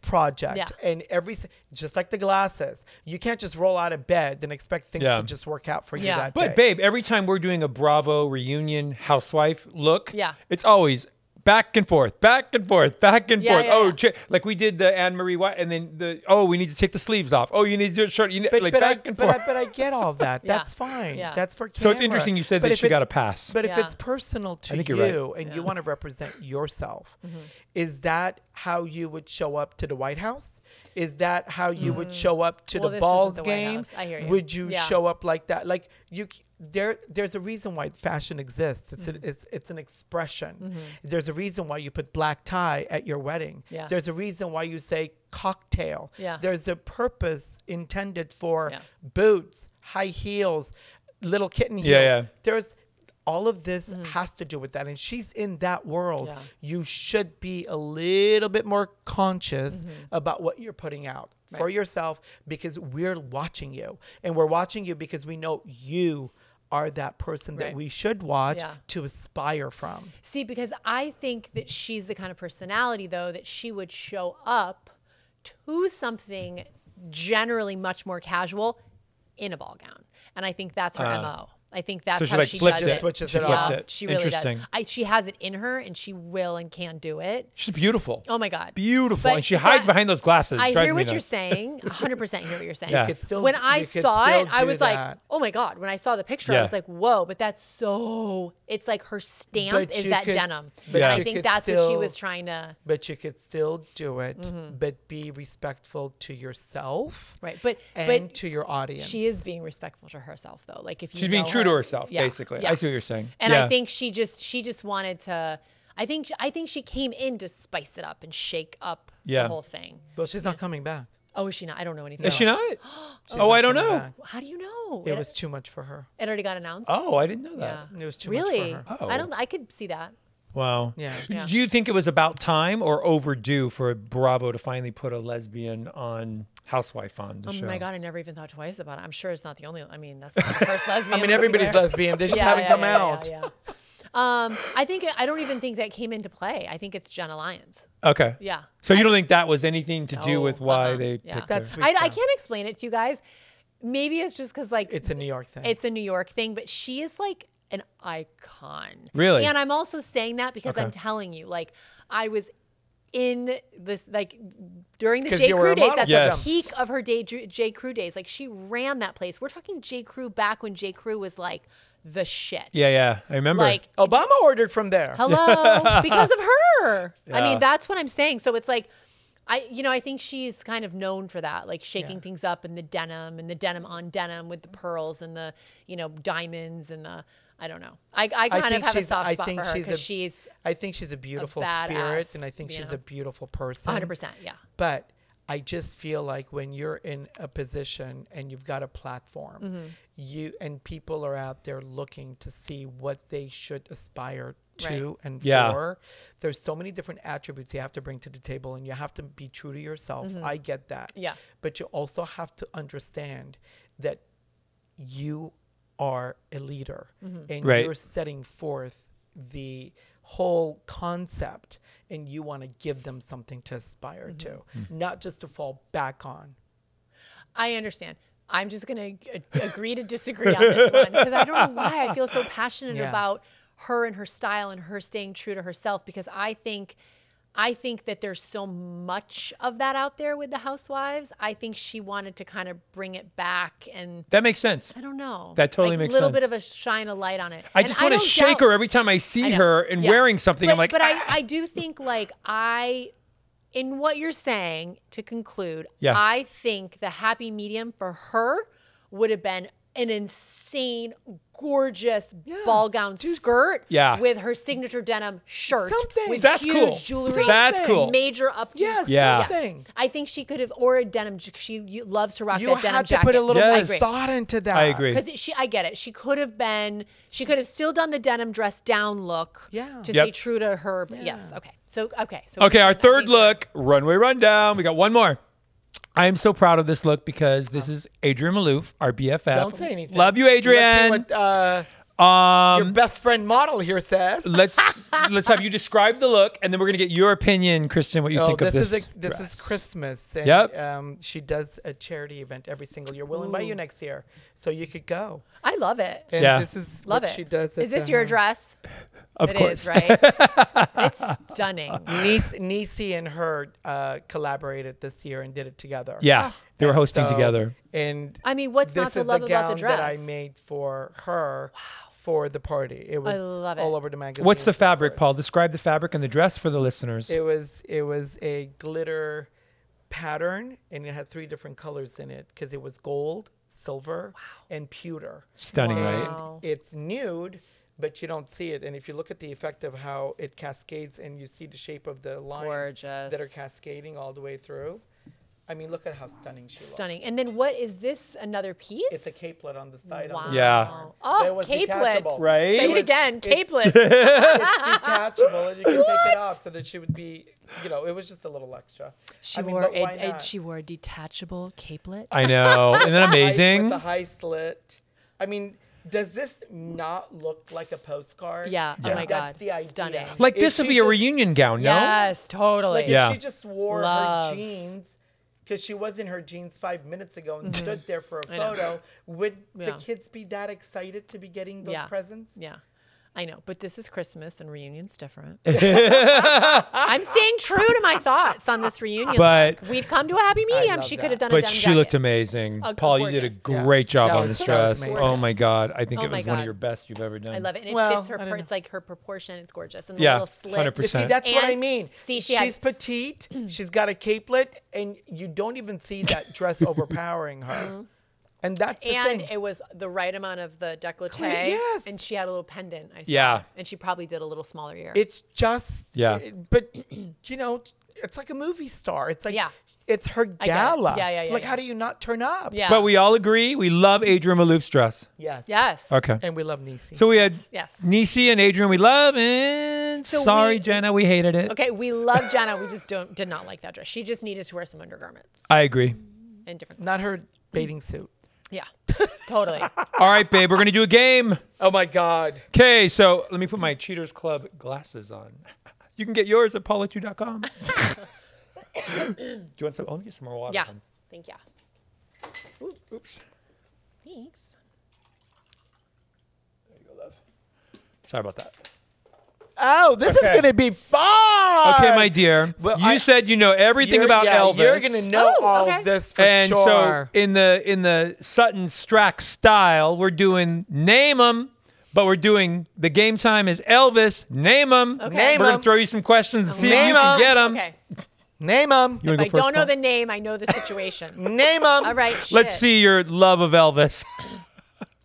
Speaker 3: project
Speaker 2: Yeah.
Speaker 3: and every s- just like the glasses you can't just roll out of bed and expect things
Speaker 1: Yeah.
Speaker 3: to just work out for you
Speaker 2: Yeah.
Speaker 3: that
Speaker 1: But
Speaker 3: day
Speaker 1: babe, every time we're doing a Bravo reunion housewife look,
Speaker 2: Yeah.
Speaker 1: it's always back and forth, back and forth, back and
Speaker 2: Yeah,
Speaker 1: forth.
Speaker 2: yeah,
Speaker 1: oh,
Speaker 2: yeah.
Speaker 1: ch- like we did the Anne Marie White, and then the oh, we need to take the sleeves off. Oh, you need to do a shirt. You need,
Speaker 3: but,
Speaker 1: like
Speaker 3: but, I,
Speaker 1: back and
Speaker 3: but,
Speaker 1: forth.
Speaker 3: I, but I get all that.
Speaker 2: Yeah.
Speaker 3: That's fine.
Speaker 2: Yeah.
Speaker 3: That's for
Speaker 1: So it's
Speaker 3: camera.
Speaker 1: interesting you said
Speaker 3: But
Speaker 1: that
Speaker 3: if
Speaker 1: she got
Speaker 3: it's-
Speaker 1: a pass.
Speaker 3: But if
Speaker 2: Yeah.
Speaker 3: it's personal to
Speaker 1: think
Speaker 3: you
Speaker 1: you're right.
Speaker 3: and you want to represent yourself,
Speaker 2: Mm-hmm.
Speaker 3: is that how you would show up to the White House? Is that how you would show up to
Speaker 2: Mm-hmm. Well, this
Speaker 3: the
Speaker 2: isn't
Speaker 3: balls
Speaker 2: the White
Speaker 3: game?
Speaker 2: House. I hear you.
Speaker 3: Would you
Speaker 2: Yeah.
Speaker 3: show up like that? Like you, c- there. There's a reason why fashion exists. It's
Speaker 2: Mm-hmm.
Speaker 3: a, it's it's an expression. There's a reason why you put black tie at your wedding.
Speaker 2: Yeah.
Speaker 3: There's a reason why you say cocktail.
Speaker 2: Yeah.
Speaker 3: There's a purpose intended for
Speaker 2: Yeah.
Speaker 3: boots, high heels, little kitten heels.
Speaker 1: Yeah, yeah.
Speaker 3: There's all of this has to do with that. And she's in that world.
Speaker 2: Mm-hmm. Yeah.
Speaker 3: You should be a little bit more conscious about what you're putting out for
Speaker 2: Mm-hmm. Right.
Speaker 3: yourself because we're watching you. And we're watching you because we know you are that person
Speaker 2: Right.
Speaker 3: that we should watch
Speaker 2: Yeah.
Speaker 3: to aspire from.
Speaker 2: See, because I think that she's the kind of personality, though, that she would show up to something generally much more casual in a ball gown, and I think that's her mo. I think
Speaker 1: Ah.
Speaker 2: that's
Speaker 1: So she,
Speaker 2: how
Speaker 1: like,
Speaker 2: she
Speaker 1: flipped
Speaker 2: does
Speaker 1: it.
Speaker 2: it.
Speaker 3: Switches
Speaker 2: she
Speaker 3: it
Speaker 2: yeah,
Speaker 3: up.
Speaker 1: Flipped it.
Speaker 2: She really does.
Speaker 1: Interesting.
Speaker 2: I, she has it in her, and she will and can do it.
Speaker 1: She's beautiful.
Speaker 2: Oh my God,
Speaker 1: Beautiful.
Speaker 2: But-
Speaker 1: and she
Speaker 2: so
Speaker 1: hides
Speaker 2: I-
Speaker 1: behind those glasses.
Speaker 2: I
Speaker 1: Drives
Speaker 2: hear
Speaker 1: me
Speaker 2: what you're
Speaker 1: nuts.
Speaker 2: saying. 100% hear what you're saying.
Speaker 1: Yeah. You could
Speaker 3: still
Speaker 2: when
Speaker 3: d-
Speaker 2: I
Speaker 3: you could
Speaker 2: saw
Speaker 3: still
Speaker 2: it, I
Speaker 3: do
Speaker 2: was like,
Speaker 3: that.
Speaker 2: oh my God. When I saw the picture, I
Speaker 1: Yeah.
Speaker 2: was like, whoa, but that's so, it's like her stamp
Speaker 3: But
Speaker 2: is
Speaker 3: you
Speaker 2: that
Speaker 3: could-
Speaker 2: denim.
Speaker 3: but
Speaker 1: Yeah.
Speaker 2: And I
Speaker 1: you
Speaker 2: think
Speaker 3: could
Speaker 2: that's what she
Speaker 3: still-
Speaker 2: was trying to,
Speaker 3: But you could still do it,
Speaker 2: Mm-hmm.
Speaker 3: but be respectful to yourself.
Speaker 2: right. But,
Speaker 3: And
Speaker 2: but
Speaker 3: to your audience.
Speaker 2: She is being respectful to herself though. Like if you
Speaker 1: She's being
Speaker 2: know
Speaker 1: true to
Speaker 2: her-
Speaker 1: herself,
Speaker 2: Yeah,
Speaker 1: basically.
Speaker 2: yeah.
Speaker 1: I see what you're saying.
Speaker 2: And
Speaker 1: yeah.
Speaker 2: I think she just, she just wanted to, I think, I think she came in to spice it up and shake up
Speaker 1: Yeah.
Speaker 2: the whole thing.
Speaker 3: Well, she's not coming back.
Speaker 2: Oh, is she not? I don't know anything.
Speaker 1: Is she
Speaker 2: about
Speaker 1: not? oh, I don't
Speaker 3: coming
Speaker 1: know.
Speaker 3: back.
Speaker 2: it. How do you know?
Speaker 3: It was too much for her.
Speaker 2: it already got announced.
Speaker 1: Oh, I didn't know that.
Speaker 2: Yeah.
Speaker 3: It was too much for
Speaker 2: really?
Speaker 3: her.
Speaker 1: Oh.
Speaker 2: I don't. I could see that.
Speaker 1: Wow.
Speaker 3: Yeah.
Speaker 2: Yeah.
Speaker 1: Do you think it was about time or overdue for Bravo to finally put a lesbian on housewife on the
Speaker 2: Oh
Speaker 1: show?
Speaker 2: my god! I never even thought twice about it. I'm sure it's not the only. I mean, that's not the first lesbian.
Speaker 3: I mean,
Speaker 2: that's
Speaker 3: everybody's
Speaker 2: there.
Speaker 3: lesbian. They just
Speaker 2: Yeah,
Speaker 3: haven't
Speaker 2: yeah,
Speaker 3: come
Speaker 2: yeah, yeah,
Speaker 3: out.
Speaker 2: yeah. Um, I think I don't even think that came into play. I think it's Jenna Lyons.
Speaker 1: Okay.
Speaker 2: Yeah.
Speaker 1: So you don't think that was anything to do
Speaker 2: No,
Speaker 1: with why
Speaker 2: uh-uh.
Speaker 1: they
Speaker 2: Yeah.
Speaker 1: picked her?
Speaker 3: That's
Speaker 2: I,
Speaker 3: sweet,
Speaker 2: I
Speaker 3: though.
Speaker 2: can't explain it to you guys. Maybe it's just because like
Speaker 3: It's a New York thing.
Speaker 2: it's a New York thing, but she is like an icon.
Speaker 1: Really?
Speaker 2: And I'm also saying that because I'm
Speaker 1: Okay.
Speaker 2: telling you, like, I was in this like during the
Speaker 3: 'Cause
Speaker 2: J
Speaker 3: you were
Speaker 2: Crew
Speaker 3: a
Speaker 2: days.
Speaker 3: model
Speaker 2: That's
Speaker 1: for
Speaker 2: the
Speaker 1: them.
Speaker 2: peak of her day J Crew days. Like she ran that place. We're talking J Crew back when J Crew was like the shit.
Speaker 1: Yeah, yeah. I remember.
Speaker 2: Like
Speaker 3: Obama ordered from there.
Speaker 2: Hello, because of her. I
Speaker 1: Yeah.
Speaker 2: mean, that's what I'm saying. So it's like, I, you know, I think she's kind of known for that, like shaking things up in the denim and the denim on denim with the
Speaker 3: Mm-hmm.
Speaker 2: pearls and the, you know, diamonds and the, I don't know. I, I kind
Speaker 3: think
Speaker 2: of have a
Speaker 3: she's-
Speaker 2: soft
Speaker 3: I
Speaker 2: spot
Speaker 3: think
Speaker 2: for her
Speaker 3: she's
Speaker 2: because
Speaker 3: a-
Speaker 2: she's
Speaker 3: I think she's a beautiful spirit,
Speaker 2: badass,
Speaker 3: and I think
Speaker 2: you
Speaker 3: she's
Speaker 2: know?
Speaker 3: a beautiful person.
Speaker 2: 100%. Yeah.
Speaker 3: But I just feel like when you're in a position and you've got a platform, you and people are out there looking to see what they should aspire to and
Speaker 1: Yeah.
Speaker 3: for. There's so many different attributes you have to bring to the table, and you have to be true to yourself. I get that.
Speaker 2: Yeah.
Speaker 3: But you also have to understand that you are a leader
Speaker 2: Mm-hmm.
Speaker 3: and
Speaker 1: Right.
Speaker 3: you're setting forth the whole concept and you want to give them something to aspire to
Speaker 2: Mm-hmm.
Speaker 1: Mm-hmm.
Speaker 3: not just to fall back on
Speaker 2: I understand. I'm just going to agree to disagree on this one because I don't know why I feel so passionate
Speaker 3: Yeah.
Speaker 2: about her and her style and her staying true to herself because I think I think that there's so much of that out there with the housewives. I think she wanted to kind of bring it back and
Speaker 1: that makes sense.
Speaker 2: I don't know.
Speaker 1: That totally
Speaker 2: like
Speaker 1: makes
Speaker 2: A little
Speaker 1: sense.
Speaker 2: bit of a shine a light on it.
Speaker 1: I
Speaker 2: And
Speaker 1: just want to
Speaker 2: don't
Speaker 1: shake
Speaker 2: doubt-
Speaker 1: her every time I see
Speaker 2: I know.
Speaker 1: her and
Speaker 2: Yeah.
Speaker 1: wearing something.
Speaker 2: But-
Speaker 1: I'm like,
Speaker 2: but
Speaker 1: "Ah."
Speaker 2: I, I do think like I, in what you're saying, to conclude,
Speaker 1: Yeah.
Speaker 2: I think the happy medium for her would have been an insane, gorgeous ball gown
Speaker 3: do s-
Speaker 2: skirt,
Speaker 1: Yeah.
Speaker 2: with her signature denim shirt,
Speaker 3: Something.
Speaker 2: with
Speaker 1: That's
Speaker 2: huge
Speaker 1: cool.
Speaker 2: jewelry,
Speaker 1: That's cool.
Speaker 2: major updo.
Speaker 3: Yes,
Speaker 1: Yeah.
Speaker 3: something.
Speaker 2: I think she could have, or a denim. j- She you- loves to rock
Speaker 3: you
Speaker 2: that denim
Speaker 3: have to
Speaker 2: jacket.
Speaker 3: put a little
Speaker 1: Yes.
Speaker 3: more thought into that
Speaker 1: I agree.
Speaker 2: Because she, I get it. She could have been, she could have still done the denim dress down look.
Speaker 3: Yeah.
Speaker 2: To
Speaker 1: Yep.
Speaker 2: stay true to her. But Yes.
Speaker 3: Yeah.
Speaker 2: Okay. So, okay. So,
Speaker 1: Okay, our
Speaker 2: I
Speaker 1: third
Speaker 2: think-
Speaker 1: look, runway rundown. We got one more. I am so proud of this look because this is Adrian Malouf, our BFF.
Speaker 3: don't say anything
Speaker 1: Love you, Adrian.
Speaker 3: Let's see what, uh,
Speaker 1: um,
Speaker 3: your best friend model here says
Speaker 1: let's let's have you describe the look, and then we're gonna get your opinion, Kristen. What you
Speaker 3: Oh,
Speaker 1: think
Speaker 3: this
Speaker 1: of this?
Speaker 3: is a, this
Speaker 1: dress.
Speaker 3: is Christmas. And,
Speaker 1: Yep.
Speaker 3: Um, she does a charity event every single year. We'll invite you next year, so you could go.
Speaker 2: I love it.
Speaker 3: And
Speaker 1: Yeah.
Speaker 3: this is
Speaker 2: love
Speaker 3: what
Speaker 2: it.
Speaker 3: She does.
Speaker 2: Is
Speaker 3: at
Speaker 2: this
Speaker 3: the
Speaker 2: your
Speaker 3: house.
Speaker 2: dress?
Speaker 1: Of
Speaker 2: It
Speaker 1: course.
Speaker 2: is, right? it's stunning.
Speaker 3: Niece, Niecy and her uh, collaborated this year and did it together.
Speaker 1: Yeah, they were
Speaker 3: And
Speaker 1: hosting
Speaker 3: so-
Speaker 1: together.
Speaker 3: And
Speaker 2: I mean, what's
Speaker 3: this
Speaker 2: not to
Speaker 3: is
Speaker 2: love
Speaker 3: the
Speaker 2: about
Speaker 3: gown
Speaker 2: the dress?
Speaker 3: that I made for her for the party. It was
Speaker 2: love it.
Speaker 3: all over the magazine.
Speaker 1: What's the
Speaker 3: for her.
Speaker 1: fabric, Paul? Describe the fabric and the dress for the listeners.
Speaker 3: It was it was a glitter pattern, and it had three different colors in it because it was gold, silver, and pewter.
Speaker 1: Stunning,
Speaker 3: And
Speaker 1: right?
Speaker 2: Wow.
Speaker 3: it's nude, but you don't see it. And if you look at the effect of how it cascades, and you see the shape of the lines that are
Speaker 2: Gorgeous.
Speaker 3: cascading all the way through. I mean, look at how stunning she looks.
Speaker 2: Stunning. And then what is this? Another piece?
Speaker 3: It's a capelet on the side. on the
Speaker 1: Yeah.
Speaker 3: arm.
Speaker 2: Oh,
Speaker 3: That was
Speaker 2: capelet.
Speaker 3: detachable.
Speaker 1: Right? It
Speaker 2: Say it,
Speaker 1: was-
Speaker 2: again.
Speaker 3: it's-
Speaker 2: Capelet.
Speaker 3: It's detachable, and you can take it off so that she would be, you know, it was just a little extra.
Speaker 2: she
Speaker 3: I mean,
Speaker 2: wore
Speaker 3: but
Speaker 2: a,
Speaker 3: why
Speaker 2: a,
Speaker 3: not?
Speaker 2: she wore a detachable capelet.
Speaker 1: I know. Isn't that
Speaker 3: high-
Speaker 1: amazing?
Speaker 3: With the high slit. I mean, does this not look like a postcard?
Speaker 2: Yeah. Oh
Speaker 3: Like,
Speaker 2: my
Speaker 3: That's
Speaker 2: God.
Speaker 3: the idea.
Speaker 2: Stunning.
Speaker 1: like
Speaker 3: If
Speaker 1: this would
Speaker 3: she
Speaker 1: be a
Speaker 3: just-
Speaker 1: reunion gown, no?
Speaker 2: Yes, totally.
Speaker 3: Like
Speaker 1: Yeah.
Speaker 3: if she just wore
Speaker 2: Love.
Speaker 3: her jeans, because she was in her jeans five minutes ago and stood there for a
Speaker 2: Mm-hmm. I know.
Speaker 3: photo, would the
Speaker 2: Yeah.
Speaker 3: kids be that excited to be getting those
Speaker 2: Yeah.
Speaker 3: presents?
Speaker 2: Yeah. I know, but this is Christmas and reunion's different. I'm staying true to my thoughts on this reunion.
Speaker 1: But-
Speaker 2: look. we've come to a happy medium.
Speaker 3: love
Speaker 2: She
Speaker 3: that.
Speaker 2: could have done a
Speaker 1: But
Speaker 2: denim
Speaker 1: she
Speaker 2: jacket.
Speaker 1: looked amazing.
Speaker 2: Oh,
Speaker 1: Paul, you did a
Speaker 2: gorgeous.
Speaker 3: Yeah.
Speaker 1: great job
Speaker 3: That
Speaker 1: on
Speaker 3: was-
Speaker 1: this
Speaker 3: that was
Speaker 1: dress.
Speaker 3: amazing.
Speaker 1: Oh my God. I think
Speaker 2: Oh
Speaker 1: it
Speaker 2: my
Speaker 1: was one of
Speaker 2: God.
Speaker 1: your best you've ever done.
Speaker 2: I love it. And it
Speaker 3: Well,
Speaker 2: fits her
Speaker 3: I don't
Speaker 2: per,
Speaker 3: know.
Speaker 2: it's like her proportion. It's gorgeous. And the
Speaker 1: Yeah,
Speaker 2: little slit.
Speaker 1: 100%.
Speaker 3: See, that's what I
Speaker 2: And-
Speaker 3: mean.
Speaker 2: See, she
Speaker 3: she's
Speaker 2: has-
Speaker 3: petite. she's got a capelet, and you don't even see that dress overpowering her. And that's the
Speaker 2: Uh-huh. And
Speaker 3: thing.
Speaker 2: it was the right amount of the decollete.
Speaker 3: yes.
Speaker 2: And she had a little pendant. I saw.
Speaker 1: Yeah.
Speaker 2: And she probably did a little smaller ear.
Speaker 3: It's just
Speaker 1: Yeah.
Speaker 3: it- but you know, it's like a movie star. It's like
Speaker 2: Yeah.
Speaker 3: it's her
Speaker 2: I get it.
Speaker 3: gala.
Speaker 2: Yeah, yeah, yeah,
Speaker 3: Like
Speaker 2: yeah.
Speaker 3: how do you not turn up?
Speaker 2: yeah.
Speaker 1: But we all agree we love Adrian Malouf's dress.
Speaker 3: Yes.
Speaker 2: yes.
Speaker 1: Okay.
Speaker 3: And we love Nisi.
Speaker 1: So we had
Speaker 2: Yes.
Speaker 1: Nisi and Adrian we love, and
Speaker 2: So
Speaker 1: sorry,
Speaker 2: we-
Speaker 1: Jenna, we hated it.
Speaker 2: Okay. We love Jenna. We just don't did not like that dress. She just needed to wear some undergarments
Speaker 1: I agree.
Speaker 2: and different.
Speaker 3: not her bathing suit.
Speaker 2: Yeah. Totally.
Speaker 1: All right, babe, we're going to do a game.
Speaker 3: Oh my God.
Speaker 1: Okay, so let me put my Cheaters Club glasses on. You can get yours at paula2.com. do you want some? I'll get some more water.
Speaker 2: Yeah.
Speaker 1: hon.
Speaker 2: Thank you.
Speaker 1: Oops.
Speaker 2: Thanks.
Speaker 1: There you go, love. Sorry about that.
Speaker 3: Oh, this is
Speaker 1: Okay.
Speaker 3: going to be
Speaker 2: Uh,
Speaker 3: fun.
Speaker 1: Okay, my dear.
Speaker 3: Well,
Speaker 1: you
Speaker 3: I-
Speaker 1: said you know everything
Speaker 3: You're-
Speaker 1: about
Speaker 3: yeah,
Speaker 1: Elvis.
Speaker 3: You're going to know
Speaker 2: Oh,
Speaker 3: all
Speaker 2: okay.
Speaker 3: this for
Speaker 1: and
Speaker 3: sure.
Speaker 1: so in the in the Sutton Strack style, we're doing name 'em, but we're doing the game time is Elvis. Name 'em.
Speaker 2: Okay.
Speaker 3: Name
Speaker 1: we're
Speaker 3: 'em.
Speaker 1: gonna throw you some questions and see if you
Speaker 3: Name
Speaker 1: can
Speaker 3: 'em.
Speaker 1: get 'em.
Speaker 2: Okay.
Speaker 3: Name them.
Speaker 1: You wanna
Speaker 2: If
Speaker 1: go
Speaker 2: I
Speaker 1: first,
Speaker 2: don't know
Speaker 1: Paul?
Speaker 2: the name, I know the situation.
Speaker 3: Name them.
Speaker 2: All right.
Speaker 1: Let's
Speaker 2: shit.
Speaker 1: see your love of Elvis.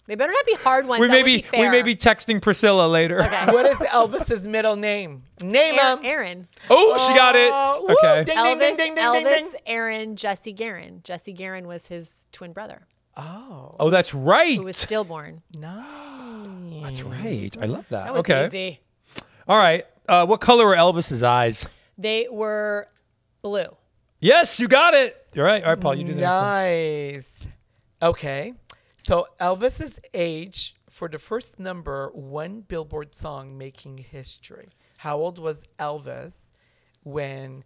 Speaker 2: They better not be hard ones.
Speaker 1: we
Speaker 2: that
Speaker 1: may
Speaker 2: would
Speaker 1: be,
Speaker 2: be
Speaker 1: we may
Speaker 2: fair.
Speaker 1: be texting Priscilla later.
Speaker 2: Okay.
Speaker 3: What is Elvis's middle name? Name
Speaker 2: Aaron,
Speaker 3: him.
Speaker 2: Aaron.
Speaker 1: Oh, she got it.
Speaker 3: Oh, woo,
Speaker 1: Okay.
Speaker 3: ding.
Speaker 2: Elvis,
Speaker 3: ding, ding,
Speaker 2: Elvis,
Speaker 3: ding, ding.
Speaker 2: Aaron, Jesse Garin. Jesse Garin was his twin brother
Speaker 3: Oh,
Speaker 1: Oh, that's right.
Speaker 2: who was stillborn.
Speaker 3: no.
Speaker 1: that's right. I love that.
Speaker 2: That was
Speaker 1: okay.
Speaker 2: easy.
Speaker 1: All right. Uh, what color were Elvis's eyes?
Speaker 2: They were blue.
Speaker 1: Yes, you got it. You're right. All right, Paul, you do the next one.
Speaker 3: Nice. Okay. So Elvis's age for the first number one Billboard song making history. How old was Elvis when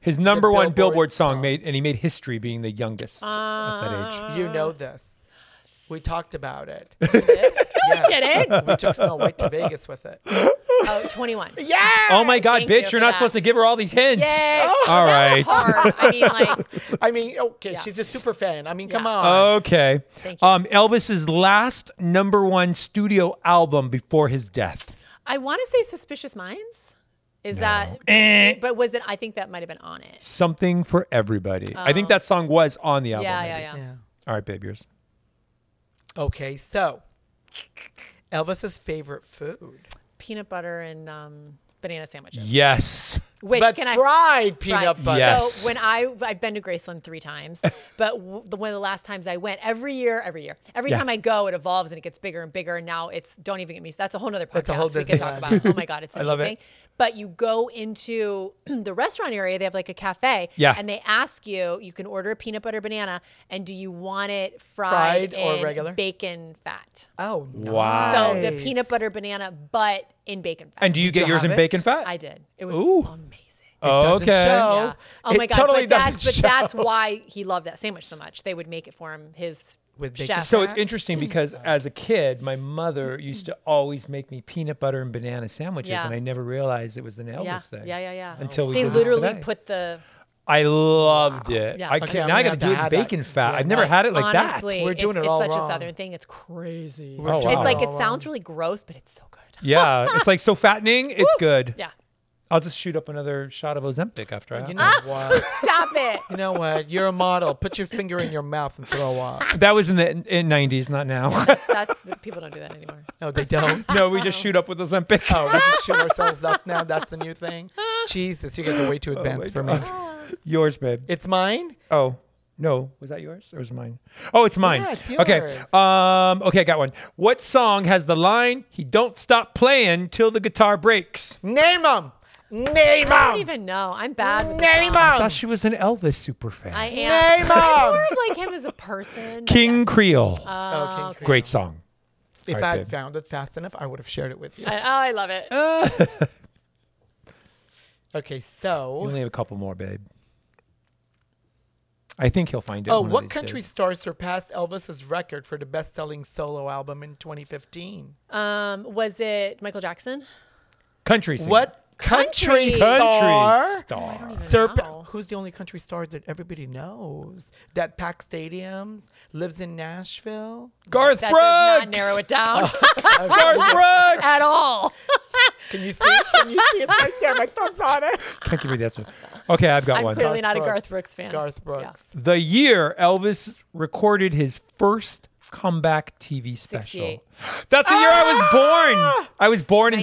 Speaker 1: His number one
Speaker 3: Billboard
Speaker 1: Billboard song,
Speaker 3: song.
Speaker 1: made, and he made history being the youngest at that age.
Speaker 3: you
Speaker 2: Uh.
Speaker 3: know this? We talked about it.
Speaker 2: I did it.
Speaker 3: We took Snow White to Vegas with it.
Speaker 2: Oh, 21. Yay!
Speaker 1: Oh my God,
Speaker 2: Thank you
Speaker 1: bitch!
Speaker 2: for
Speaker 1: You're not
Speaker 2: that.
Speaker 1: supposed to give her all these hints. All
Speaker 2: All
Speaker 1: right.
Speaker 2: right. Hard. I mean, like,
Speaker 3: I mean, okay,
Speaker 2: Yeah.
Speaker 3: she's a super fan. I mean, come
Speaker 2: Yeah.
Speaker 1: Oh.
Speaker 3: on.
Speaker 1: Okay.
Speaker 2: Thank you.
Speaker 1: Um, Elvis's last number one studio album before his death.
Speaker 2: I want to say Suspicious Minds. Is that?
Speaker 1: Eh.
Speaker 2: But was it? I think that might have been on it.
Speaker 1: Something for everybody. I think that song was on the album.
Speaker 2: Oh. Yeah, yeah,
Speaker 1: maybe.
Speaker 2: yeah.
Speaker 3: yeah.
Speaker 1: All right, babe, yours.
Speaker 3: Okay, so Elvis's favorite food.
Speaker 2: Peanut butter and um, banana
Speaker 1: Mm.
Speaker 2: sandwiches.
Speaker 1: Yes.
Speaker 2: Which
Speaker 3: But
Speaker 2: can I?
Speaker 3: fried peanut
Speaker 2: Right.
Speaker 3: butter.
Speaker 1: Yeah. Yes.
Speaker 2: So when I I've been to Graceland three times, but w- the one of the last times I went, every year, every year, every
Speaker 1: Yeah.
Speaker 2: time I go, it evolves and it gets bigger and bigger. And now it's don't even get me. That's a whole nother podcast
Speaker 3: That's a whole
Speaker 2: we can
Speaker 3: Disney
Speaker 2: talk
Speaker 3: one.
Speaker 2: about. it. Oh my god, it's amazing.
Speaker 1: love it.
Speaker 2: But you go into the restaurant area, they have like a cafe,
Speaker 1: Yeah.
Speaker 2: and they ask you, you can order a peanut butter banana, and do you want it fried,
Speaker 3: Fried or
Speaker 2: in
Speaker 3: regular?
Speaker 2: bacon fat?
Speaker 3: Oh,
Speaker 1: Wow.
Speaker 2: So the
Speaker 3: nice.
Speaker 2: peanut butter banana, but in bacon fat.
Speaker 1: And do you
Speaker 3: Did
Speaker 1: get
Speaker 3: you
Speaker 1: yours
Speaker 3: have
Speaker 1: in
Speaker 3: it?
Speaker 1: bacon fat?
Speaker 2: I did. It was
Speaker 1: Ooh.
Speaker 2: amazing.
Speaker 3: doesn't
Speaker 1: okay.
Speaker 3: show.
Speaker 2: Yeah. Oh
Speaker 3: It
Speaker 2: my god.
Speaker 3: totally
Speaker 2: but that's
Speaker 3: doesn't
Speaker 2: but that's
Speaker 3: show.
Speaker 2: why he loved that sandwich so much. They would make it for him. His
Speaker 3: With bacon
Speaker 2: chef.
Speaker 1: So it's interesting because as a kid, my mother used to always make me peanut butter and banana sandwiches,
Speaker 2: Yeah.
Speaker 1: and I never realized it was an Elvis
Speaker 2: yeah,
Speaker 1: thing.
Speaker 2: yeah, yeah, yeah.
Speaker 1: Until we
Speaker 2: they
Speaker 1: did this
Speaker 2: literally
Speaker 1: today.
Speaker 2: put the
Speaker 1: I loved it.
Speaker 2: Yeah.
Speaker 1: I
Speaker 2: Okay,
Speaker 1: could-
Speaker 3: I'm
Speaker 1: now I
Speaker 3: gonna
Speaker 1: got
Speaker 3: have
Speaker 1: to do
Speaker 3: to
Speaker 1: it in
Speaker 3: have that.
Speaker 1: bacon fat.
Speaker 3: Yeah,
Speaker 1: I've never
Speaker 3: right.
Speaker 1: had it like
Speaker 2: honestly.
Speaker 3: We're doing
Speaker 2: it's,
Speaker 3: it all
Speaker 2: it's such
Speaker 3: wrong.
Speaker 2: a southern thing. It's crazy.
Speaker 3: We're
Speaker 1: doing
Speaker 2: It's like
Speaker 3: it
Speaker 2: it
Speaker 3: all
Speaker 2: sounds really gross, but it's so good.
Speaker 1: that. Yeah, it's like so fattening. It's good.
Speaker 2: Yeah.
Speaker 1: I'll just shoot up another shot of Ozempic after. I
Speaker 3: You know
Speaker 2: Ah!
Speaker 3: what?
Speaker 2: Stop it.
Speaker 3: You know what? You're a model. Put your finger in your mouth and throw up.
Speaker 1: that was in the in '90s, not now.
Speaker 2: That's people don't do that anymore.
Speaker 3: No, they don't.
Speaker 1: no, we just shoot up with Ozempic.
Speaker 3: Oh, we just shoot ourselves up now. That's the new thing. Jesus, you guys are way too advanced for me.
Speaker 1: Yours, babe.
Speaker 3: It's mine.
Speaker 1: Oh. No, was that yours or was it mine? Oh, it's mine.
Speaker 3: Yeah, it's
Speaker 1: Okay.
Speaker 3: yours.
Speaker 1: Um, okay, I got one. What song has the line "He don't stop playing till the guitar breaks"?
Speaker 3: Name them. Name
Speaker 2: I don't
Speaker 3: them.
Speaker 2: even know. I'm bad. With the
Speaker 3: Name
Speaker 2: song.
Speaker 1: I
Speaker 3: them.
Speaker 1: thought she was an Elvis super fan.
Speaker 2: I am.
Speaker 3: Name
Speaker 2: I'm
Speaker 3: them.
Speaker 2: more of like him as a person. but
Speaker 1: King Creole.
Speaker 2: yeah.
Speaker 3: Oh, King
Speaker 2: Oh, okay.
Speaker 3: Creole.
Speaker 1: Great song. All
Speaker 3: If I
Speaker 1: right,
Speaker 3: had
Speaker 1: babe.
Speaker 3: found it fast enough, I would have shared it with you.
Speaker 2: I, oh, I love it.
Speaker 3: Okay,
Speaker 1: We
Speaker 3: so.
Speaker 1: only have a couple more, babe. I think he'll find it.
Speaker 3: Oh,
Speaker 1: one of
Speaker 3: what
Speaker 1: these
Speaker 3: country
Speaker 1: days.
Speaker 3: star surpassed Elvis's record for the best selling solo album in 2015?
Speaker 1: Uh.
Speaker 2: Um, was it Michael Jackson?
Speaker 1: Country singer.
Speaker 3: What country,
Speaker 1: country
Speaker 2: Country.
Speaker 3: star?
Speaker 1: star?
Speaker 2: even
Speaker 3: Surp-
Speaker 2: know.
Speaker 3: Who's the only country star that everybody knows? That pack stadiums, lives in Nashville.
Speaker 1: Garth
Speaker 2: That does not
Speaker 1: Brooks.
Speaker 2: narrow it down
Speaker 1: Oh, Garth Brooks.
Speaker 2: at all.
Speaker 3: Can you see? it? Can you see? it? It's right there. My thumb's on it.
Speaker 1: Can't give you the answer. Okay, I've got
Speaker 2: I'm
Speaker 1: one.
Speaker 2: clearly not a
Speaker 3: Brooks.
Speaker 2: Garth Brooks fan.
Speaker 3: Garth Brooks.
Speaker 1: The year Elvis recorded his first comeback TV special.
Speaker 2: 68.
Speaker 1: That's the year
Speaker 2: Ah!
Speaker 1: I was born. I was born in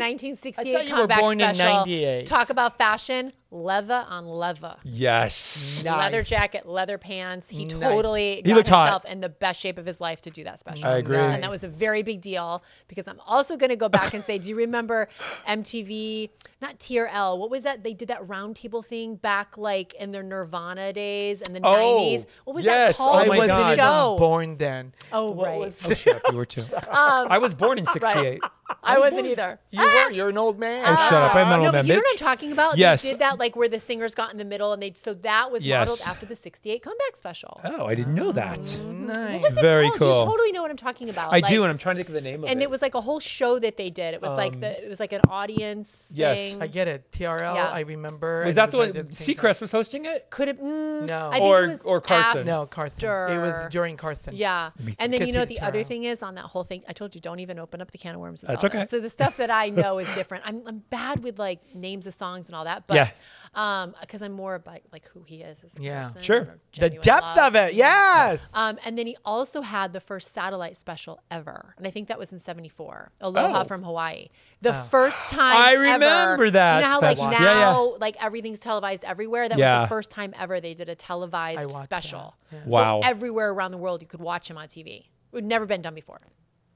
Speaker 1: 68.
Speaker 2: 1968
Speaker 3: I thought you were
Speaker 2: comeback
Speaker 3: born in
Speaker 2: special.
Speaker 3: 98.
Speaker 2: Talk about fashion, leather on leather.
Speaker 1: Yes.
Speaker 2: Leather
Speaker 3: Nice.
Speaker 2: jacket, leather pants. He
Speaker 3: Nice.
Speaker 2: totally got
Speaker 1: looked hot.
Speaker 2: himself in the best shape of his life to do that special.
Speaker 1: I agree.
Speaker 2: And that was a very big deal because I'm also going to go back and say, do you remember MTV, not TRL, what was that? They did that round table thing back like in their Nirvana days and the
Speaker 1: Oh,
Speaker 2: 90s. What was
Speaker 1: yes.
Speaker 2: that called?
Speaker 1: Oh
Speaker 3: I
Speaker 1: my
Speaker 3: wasn't
Speaker 1: God.
Speaker 2: Show.
Speaker 3: even born then.
Speaker 2: Oh,
Speaker 3: What
Speaker 2: right.
Speaker 3: was-
Speaker 1: Oh, shut up. You were too. I was born in 68.
Speaker 2: I wasn't either.
Speaker 3: You were. You're an old man.
Speaker 1: Oh, shut up. I'm an
Speaker 2: Uh, no,
Speaker 1: old
Speaker 2: but
Speaker 1: man,
Speaker 2: you know
Speaker 1: bitch.
Speaker 2: what I'm talking about?
Speaker 1: Yes,
Speaker 2: They did that like where the singers got in the middle and they so that was modeled
Speaker 1: Yes.
Speaker 2: after the 68 comeback special.
Speaker 1: Oh, I didn't know that.
Speaker 2: Um,
Speaker 3: Nice.
Speaker 2: What's it
Speaker 1: Very
Speaker 2: called?
Speaker 1: cool.
Speaker 2: You totally know what I'm talking about.
Speaker 1: I
Speaker 2: Like,
Speaker 1: do, and I'm trying to think of the name of
Speaker 2: and
Speaker 1: it.
Speaker 2: it was like a whole show that they did. It was like the it was like an audience
Speaker 1: Um, yes.
Speaker 2: thing.
Speaker 3: I get it. TRL.
Speaker 2: Yeah.
Speaker 3: I remember.
Speaker 1: was
Speaker 3: and
Speaker 1: that the
Speaker 3: it
Speaker 1: one?
Speaker 3: right at same time.
Speaker 1: Seacrest was hosting it.
Speaker 2: Could have mm,
Speaker 3: No.
Speaker 2: I think
Speaker 1: Or-
Speaker 2: it was
Speaker 1: or Carson.
Speaker 2: after-
Speaker 3: No, Carson. It
Speaker 2: Dur.
Speaker 3: was during Carson.
Speaker 2: Yeah. And then
Speaker 3: Could
Speaker 2: you
Speaker 3: see
Speaker 2: know
Speaker 3: the
Speaker 2: the other
Speaker 3: trial.
Speaker 2: thing is on that whole thing. I told you don't even open up the can of worms. With
Speaker 1: That's
Speaker 2: all this.
Speaker 1: okay.
Speaker 2: So the stuff that I know is different. I'm I'm bad with like names of songs and all that, but
Speaker 1: Yeah.
Speaker 2: um because I'm more about like who he is as a
Speaker 3: Yeah.
Speaker 2: person.
Speaker 1: Sure.
Speaker 2: or
Speaker 3: The
Speaker 2: genuine
Speaker 3: depth
Speaker 2: love.
Speaker 3: of it. Yes.
Speaker 2: Um, and then he also had the first satellite special ever, and I think that was in '74. Aloha
Speaker 1: Oh.
Speaker 2: from Hawaii, the first time
Speaker 1: I
Speaker 2: ever-
Speaker 1: remember that.
Speaker 2: You know how
Speaker 1: That
Speaker 2: like
Speaker 1: wa-
Speaker 2: now,
Speaker 1: Yeah, yeah.
Speaker 2: like everything's televised everywhere. That
Speaker 1: Yeah.
Speaker 2: was the first time ever they did a
Speaker 3: I
Speaker 2: televised
Speaker 3: watched that.
Speaker 2: special.
Speaker 3: Yeah.
Speaker 1: Wow.
Speaker 2: So everywhere around the world, you could watch him on TV. It would never been done before.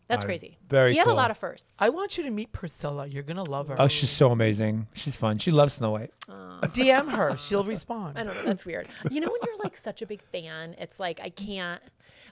Speaker 2: That's
Speaker 1: I-
Speaker 2: crazy.
Speaker 1: very
Speaker 2: He had
Speaker 1: cool.
Speaker 2: a lot of firsts.
Speaker 3: I want you to meet Priscilla. You're gonna love her.
Speaker 1: oh, she's so amazing. She's fun. She loves Snow White.
Speaker 3: DM her. She'll respond.
Speaker 2: I don't know. That's weird. You know, when you're like such a big fan, it's like I can't.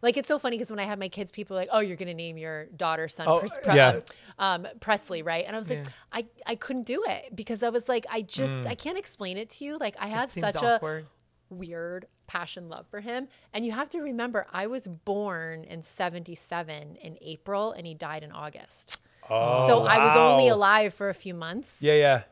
Speaker 2: Like it's so funny because when I have my kids, people are like, "Oh, you're gonna name your daughter son
Speaker 3: Oh,
Speaker 2: Pres- Pre-
Speaker 1: yeah.
Speaker 2: um, um, Presley, right?" And I was like,
Speaker 3: Yeah.
Speaker 2: "I I couldn't do it because I was like, I just I can't explain it to you. Like I had
Speaker 3: It seems
Speaker 2: such
Speaker 3: awkward.
Speaker 2: a weird passion love for him, and you have to remember I was born in '77 in April, and he died in August.
Speaker 1: Oh,
Speaker 2: so I was only
Speaker 1: wow.
Speaker 2: alive for a few months.
Speaker 1: Yeah, yeah.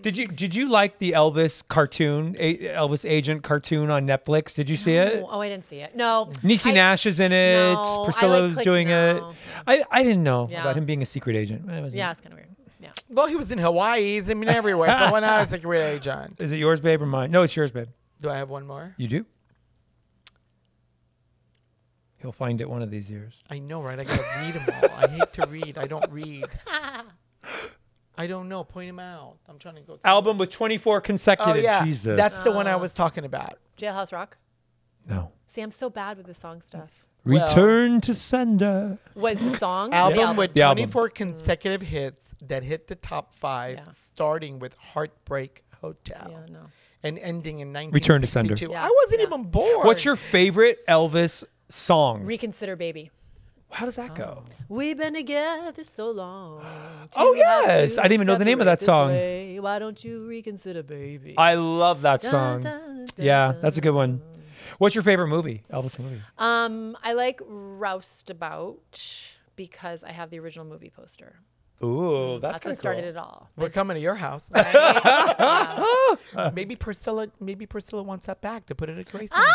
Speaker 1: Did you did you like the Elvis cartoon, A- Elvis Agent cartoon on Netflix? Did you see it?
Speaker 2: Oh, I didn't see it. No,
Speaker 1: Niecy
Speaker 2: I-
Speaker 1: Nash is in it.
Speaker 2: No, I, like,
Speaker 1: Priscilla's
Speaker 2: clicked
Speaker 1: doing
Speaker 2: no.
Speaker 1: it. I, I didn't know
Speaker 2: Yeah.
Speaker 1: about him being a secret agent. It was-
Speaker 2: Yeah, it's kind of weird. Yeah.
Speaker 3: Well, he was in Hawaii. He's in everywhere. So why not? It's like, really, John.
Speaker 1: Is it yours, babe, or mine? No, it's yours, babe.
Speaker 3: Do I have one more?
Speaker 1: You do. He'll find it one of these years.
Speaker 3: I know, right? I gotta read them all. I hate to read. I don't read. I don't know. Point them out. I'm trying to go. through. Uh,
Speaker 1: Album with 24 consecutive.
Speaker 3: Oh yeah,
Speaker 1: Jesus.
Speaker 3: that's the one I was talking about.
Speaker 2: Jailhouse Rock.
Speaker 1: no.
Speaker 2: See, I'm so bad with the song stuff.
Speaker 3: Well-
Speaker 1: Return to sender.
Speaker 2: Was the song
Speaker 3: Album
Speaker 2: the album.
Speaker 3: with
Speaker 1: The album.
Speaker 3: 24 consecutive hits that hit the top five,
Speaker 2: Yeah.
Speaker 3: starting with "Heartbreak Hotel"
Speaker 2: Yeah, no.
Speaker 3: and ending in 1962.
Speaker 1: Return to Sender.
Speaker 2: Yeah,
Speaker 3: I wasn't
Speaker 2: yeah.
Speaker 3: even born.
Speaker 1: What's your favorite Elvis song?
Speaker 2: Reconsider, baby.
Speaker 1: How does that go?
Speaker 2: We've been together so long.
Speaker 1: Oh,
Speaker 2: to have
Speaker 1: yes.
Speaker 2: to
Speaker 1: I didn't even know the name of
Speaker 2: separate
Speaker 1: that
Speaker 2: this
Speaker 1: song.
Speaker 2: way. Why don't you reconsider, baby?
Speaker 1: I love that
Speaker 2: Dun,
Speaker 1: song.
Speaker 2: dun, dun,
Speaker 1: yeah,
Speaker 2: dun.
Speaker 1: that's a good one. What's your favorite movie? Elvis movie.
Speaker 2: Um, I like Roustabout because I have the original movie poster.
Speaker 1: Ooh,
Speaker 2: That's, what started it all.
Speaker 3: We're coming to your house.
Speaker 2: Yeah.
Speaker 3: maybe Priscilla. Maybe Priscilla wants that back to put it at Graceland.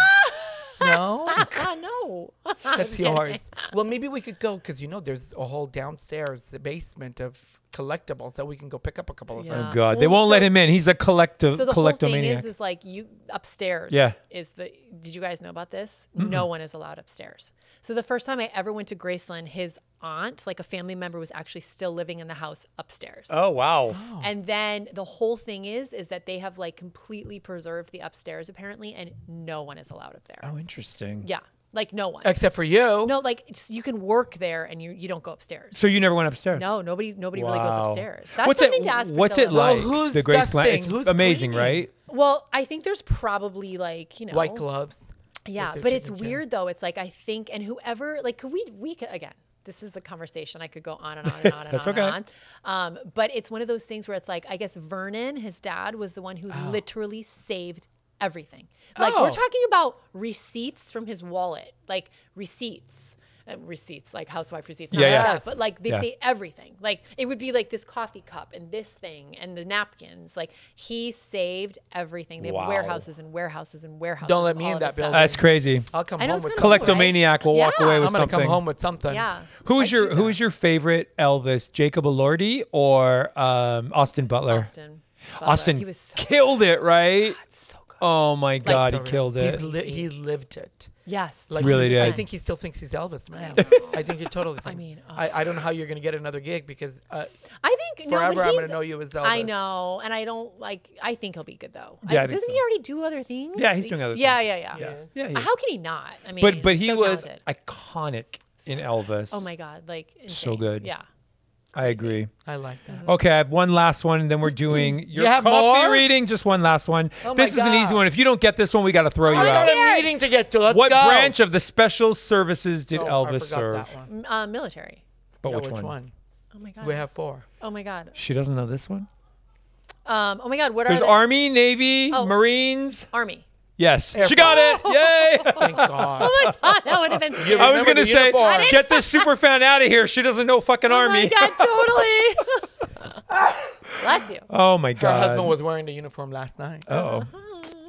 Speaker 3: No,
Speaker 2: ah, no.
Speaker 3: that's yours. Well, maybe we could go because you know there's a whole downstairs the basement of collectibles that we can go pick up a couple of
Speaker 2: Yeah.
Speaker 3: them.
Speaker 1: Oh God, they
Speaker 2: Well,
Speaker 1: won't
Speaker 2: so-
Speaker 1: let him in. He's a collective
Speaker 2: So the whole thing
Speaker 1: collectomaniac.
Speaker 2: is, is like you upstairs.
Speaker 1: Yeah.
Speaker 2: Is the did you guys know about this? No one is allowed upstairs. So the first time I ever went to Graceland, his aunt, like a family member, was actually still living in the house upstairs.
Speaker 1: oh wow.
Speaker 2: And then the whole thing is, is that they have like completely preserved the upstairs apparently, and no one is allowed up there.
Speaker 1: Oh, interesting.
Speaker 2: Yeah, like no one.
Speaker 3: Except for you.
Speaker 2: no, like it's, you can work there and you you don't go upstairs.
Speaker 1: So you never went upstairs?
Speaker 2: No, nobody nobody really goes
Speaker 1: Wow.
Speaker 2: upstairs. That's
Speaker 1: what's
Speaker 2: something
Speaker 1: it,
Speaker 2: to ask.
Speaker 1: What's it
Speaker 2: Priscilla.
Speaker 1: like?
Speaker 3: who's
Speaker 1: the Graceland.
Speaker 3: dusting?
Speaker 1: It's
Speaker 3: Who's
Speaker 1: amazing,
Speaker 3: cleaning?
Speaker 1: right?
Speaker 2: Well, I think there's probably like you know
Speaker 3: White gloves.
Speaker 2: Yeah,
Speaker 3: they're
Speaker 2: but it's
Speaker 3: taking care of.
Speaker 2: weird though. It's like I think, and whoever, like, could we, we could, again, this is the conversation. I could go on and on and on and
Speaker 1: That's
Speaker 2: on
Speaker 1: okay.
Speaker 2: and on. Um, but it's one of those things where it's like, I guess Vernon, his dad, was the one who literally saved everything. Like,
Speaker 3: Oh.
Speaker 2: we're talking about receipts from his wallet, like receipts. uh, Receipts like housewife receipts, not
Speaker 1: Yeah,
Speaker 2: like
Speaker 1: yeah.
Speaker 2: that, but like they
Speaker 1: Yeah.
Speaker 2: say everything. Like it would be like this coffee cup and this thing and the napkins. Like he saved everything. They have
Speaker 1: Wow.
Speaker 2: warehouses and warehouses and warehouses.
Speaker 3: Don't let
Speaker 2: of
Speaker 3: me
Speaker 2: all
Speaker 3: in
Speaker 2: of
Speaker 3: that
Speaker 2: this stuff.
Speaker 3: building.
Speaker 1: That's crazy.
Speaker 3: I'll come
Speaker 2: I know
Speaker 3: home
Speaker 2: it's
Speaker 3: with
Speaker 2: kinda cool,
Speaker 3: something.
Speaker 2: Oh, right?
Speaker 1: Collectomaniac will walk
Speaker 2: Yeah.
Speaker 1: away with
Speaker 3: I'm gonna
Speaker 1: something.
Speaker 3: come home with something.
Speaker 2: Yeah.
Speaker 1: Who is
Speaker 3: I
Speaker 1: your
Speaker 3: do
Speaker 1: Who
Speaker 3: that.
Speaker 1: is your favorite Elvis? Jacob Elordi or um, Austin Butler?
Speaker 2: Austin. Butler.
Speaker 1: Austin
Speaker 2: He was so,
Speaker 1: killed it, right?
Speaker 2: so good.
Speaker 1: Oh my God,
Speaker 2: so
Speaker 1: he killed
Speaker 3: He's
Speaker 1: it.
Speaker 3: li- he lived it.
Speaker 2: Yes.
Speaker 3: Like
Speaker 1: Really
Speaker 3: he, I
Speaker 1: did.
Speaker 3: think he still thinks he's Elvis, man.
Speaker 2: I know.
Speaker 3: I think he totally. Thinks. I
Speaker 2: mean, oh.
Speaker 3: I, I don't know how you're gonna get another gig because uh,
Speaker 2: I think no,
Speaker 3: forever
Speaker 2: but
Speaker 3: I'm
Speaker 2: he's,
Speaker 3: gonna know you as Elvis.
Speaker 2: I know, and I don't like. I think he'll be good though. I-
Speaker 1: Yeah, I think
Speaker 2: doesn't
Speaker 1: so.
Speaker 2: he already do other things?
Speaker 1: Yeah, he's doing other
Speaker 2: yeah,
Speaker 1: things.
Speaker 2: Yeah, yeah,
Speaker 1: yeah, yeah. he is.
Speaker 2: How can he not? I mean,
Speaker 1: but but he
Speaker 2: so
Speaker 1: was
Speaker 2: talented.
Speaker 1: iconic in Elvis.
Speaker 2: oh my god, like insane.
Speaker 1: good.
Speaker 2: Yeah.
Speaker 1: I agree.
Speaker 3: I like that.
Speaker 1: Okay, I have one last one, and then we're doing your
Speaker 3: have
Speaker 1: coffee
Speaker 3: more?
Speaker 1: reading. Just one last one.
Speaker 3: Oh my
Speaker 1: this is an easy
Speaker 3: God. Oh,
Speaker 1: one. If you don't get this one, we got to throw you
Speaker 3: I got
Speaker 1: out.
Speaker 3: a meeting to get to. Let's
Speaker 1: What
Speaker 3: go.
Speaker 1: branch of the special services did
Speaker 3: Oh, I
Speaker 1: Elvis
Speaker 3: forgot
Speaker 1: serve?
Speaker 3: that one.
Speaker 2: M- Uh, military.
Speaker 1: But
Speaker 3: Yeah,
Speaker 1: which, one?
Speaker 2: Oh my god.
Speaker 3: We have four.
Speaker 2: oh my god.
Speaker 1: She doesn't know this one.
Speaker 2: Um, oh my God, what
Speaker 1: There's
Speaker 2: are the
Speaker 1: Army, Navy,
Speaker 2: Oh.
Speaker 1: Marines.
Speaker 2: Army?
Speaker 1: Yes,
Speaker 3: Air
Speaker 1: she got it. Yay!
Speaker 3: Thank God.
Speaker 2: Oh my God, that would have been.
Speaker 1: I was
Speaker 3: Remember
Speaker 1: gonna
Speaker 3: the
Speaker 1: say,
Speaker 3: uniform.
Speaker 1: get this super fan out of here. She doesn't know fucking
Speaker 2: Oh my
Speaker 1: Army.
Speaker 2: God, totally. Bless you.
Speaker 1: Oh my
Speaker 3: Her
Speaker 1: god.
Speaker 3: husband was wearing the uniform last night.
Speaker 1: Oh,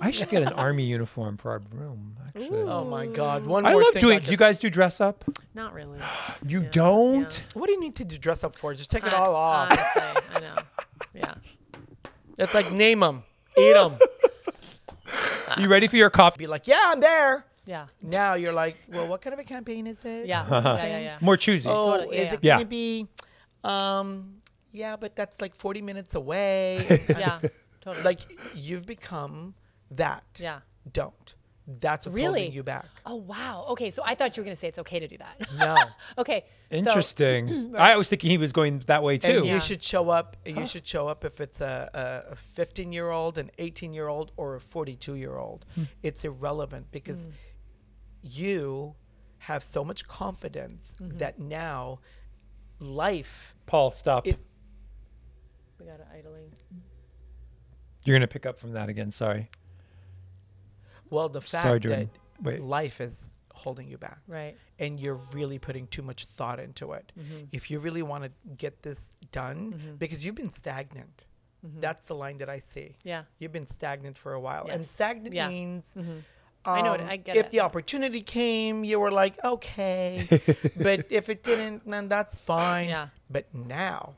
Speaker 1: I should get an Army uniform for our room. Actually,
Speaker 3: oh my God. One more
Speaker 1: Mm. I love
Speaker 3: thing
Speaker 1: doing.
Speaker 3: could-
Speaker 1: You guys do dress up.
Speaker 2: Not really.
Speaker 1: You don't.
Speaker 3: What do you need to do- dress up for? Just take it all off.
Speaker 2: Honestly, I know. Yeah.
Speaker 3: It's like name them, eat them.
Speaker 1: You ready for your coffee?
Speaker 3: Be like, yeah, I'm there.
Speaker 2: Yeah.
Speaker 3: Now you're like, well, what kind of a campaign is it?
Speaker 2: Yeah. Yeah. Yeah. yeah.
Speaker 1: More choosy.
Speaker 3: Oh,
Speaker 2: Totally,
Speaker 3: is
Speaker 2: yeah.
Speaker 3: it
Speaker 1: Yeah.
Speaker 3: gonna be? Um, yeah, but that's like 40 minutes away.
Speaker 2: Yeah. Totally.
Speaker 3: like you've become that.
Speaker 2: Yeah.
Speaker 3: Don't. That's what's
Speaker 2: Really?
Speaker 3: holding you back.
Speaker 2: Oh wow. Okay, so I thought you were gonna say it's okay to do that.
Speaker 3: No.
Speaker 2: okay. so-
Speaker 1: Interesting. I was thinking he was going that way too.
Speaker 3: And
Speaker 2: Yeah.
Speaker 3: you should show up. You should show up if it's a, a- a 15 year old, an 18 year old, or a 42 year old.
Speaker 1: Hmm.
Speaker 3: It's irrelevant because you have so much confidence that now life.
Speaker 1: Paul, stop.
Speaker 3: It-
Speaker 2: we got an idling.
Speaker 1: You're gonna pick up from that again. Sorry.
Speaker 3: Well, the fact
Speaker 1: Sorry,
Speaker 3: that
Speaker 1: Jordan. Wait.
Speaker 3: life is holding you back.
Speaker 2: Right.
Speaker 3: and you're really putting too much thought into it. If you really want to get this done, because you've been stagnant. That's the line that I see.
Speaker 2: Yeah.
Speaker 3: You've been stagnant for a while. And
Speaker 2: Yes.
Speaker 3: stagnant
Speaker 2: Yeah. Mm-hmm.
Speaker 3: means.
Speaker 2: I know it.
Speaker 3: um,
Speaker 2: I get
Speaker 3: if
Speaker 2: it.
Speaker 3: the opportunity came, you were like, okay. but if it didn't, then that's fine.
Speaker 2: Yeah.
Speaker 3: But now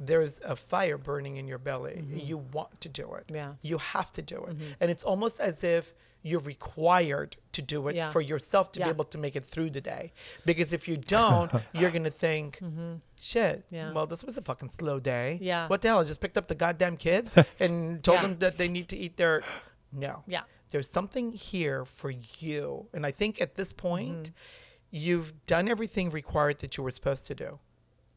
Speaker 3: there's a fire burning in your belly. You want to do it.
Speaker 2: Mm-hmm. Yeah. Mm-hmm.
Speaker 3: You have to do it. And it's almost as if you're required to do it
Speaker 2: Yeah.
Speaker 3: for yourself to be
Speaker 2: Yeah.
Speaker 3: able to make it through the day. Because if you don't, you're gonna think, shit.
Speaker 2: Mm-hmm. Yeah.
Speaker 3: Well, this was a fucking slow day.
Speaker 2: Yeah.
Speaker 3: What the hell? I just picked up the goddamn kids and told
Speaker 2: Yeah.
Speaker 3: them that they need to eat their. No.
Speaker 2: Yeah.
Speaker 3: There's something here for you, and I think at this point,
Speaker 2: Mm-hmm.
Speaker 3: you've done everything required that you were supposed to do,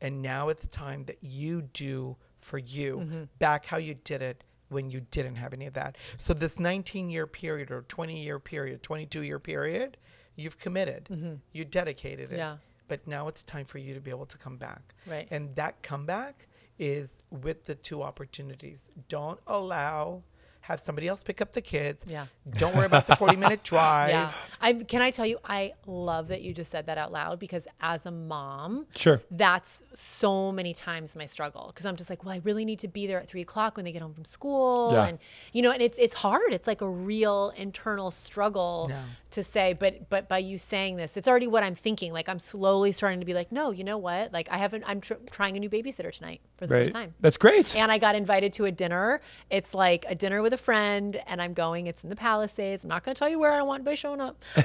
Speaker 3: and now it's time that you do for you
Speaker 2: Mm-hmm.
Speaker 3: back how you did it when you didn't have any of that. So this 19 year period or 20 year period, 22 year period, you've committed. You dedicated it.
Speaker 2: Mm-hmm. Yeah.
Speaker 3: But now it's time for you to be able to come back.
Speaker 2: Right.
Speaker 3: And that comeback is with the two opportunities. Don't allow have somebody else pick up the kids.
Speaker 2: Yeah.
Speaker 3: Don't worry about the 40 minute drive.
Speaker 2: Yeah. I can I tell you I love that you just said that out loud because as a mom,
Speaker 1: Sure.
Speaker 2: that's so many times my struggle because I'm just like, well, I really need to be there at three o'clock when they get home from school,
Speaker 1: Yeah.
Speaker 2: and you know, and it's it's hard. It's like a real internal struggle
Speaker 3: Yeah.
Speaker 2: to say, but but by you saying this, it's already what I'm thinking. Like I'm slowly starting to be like, no, you know what? Like I haven't. I'm tr- trying a new babysitter tonight for the first
Speaker 1: Right.
Speaker 2: time.
Speaker 1: That's great.
Speaker 2: And I got invited to a dinner. It's like a dinner with a friend, and I'm going. It's in the Palisades. I'm not going to tell you where I don't want anybody showing up.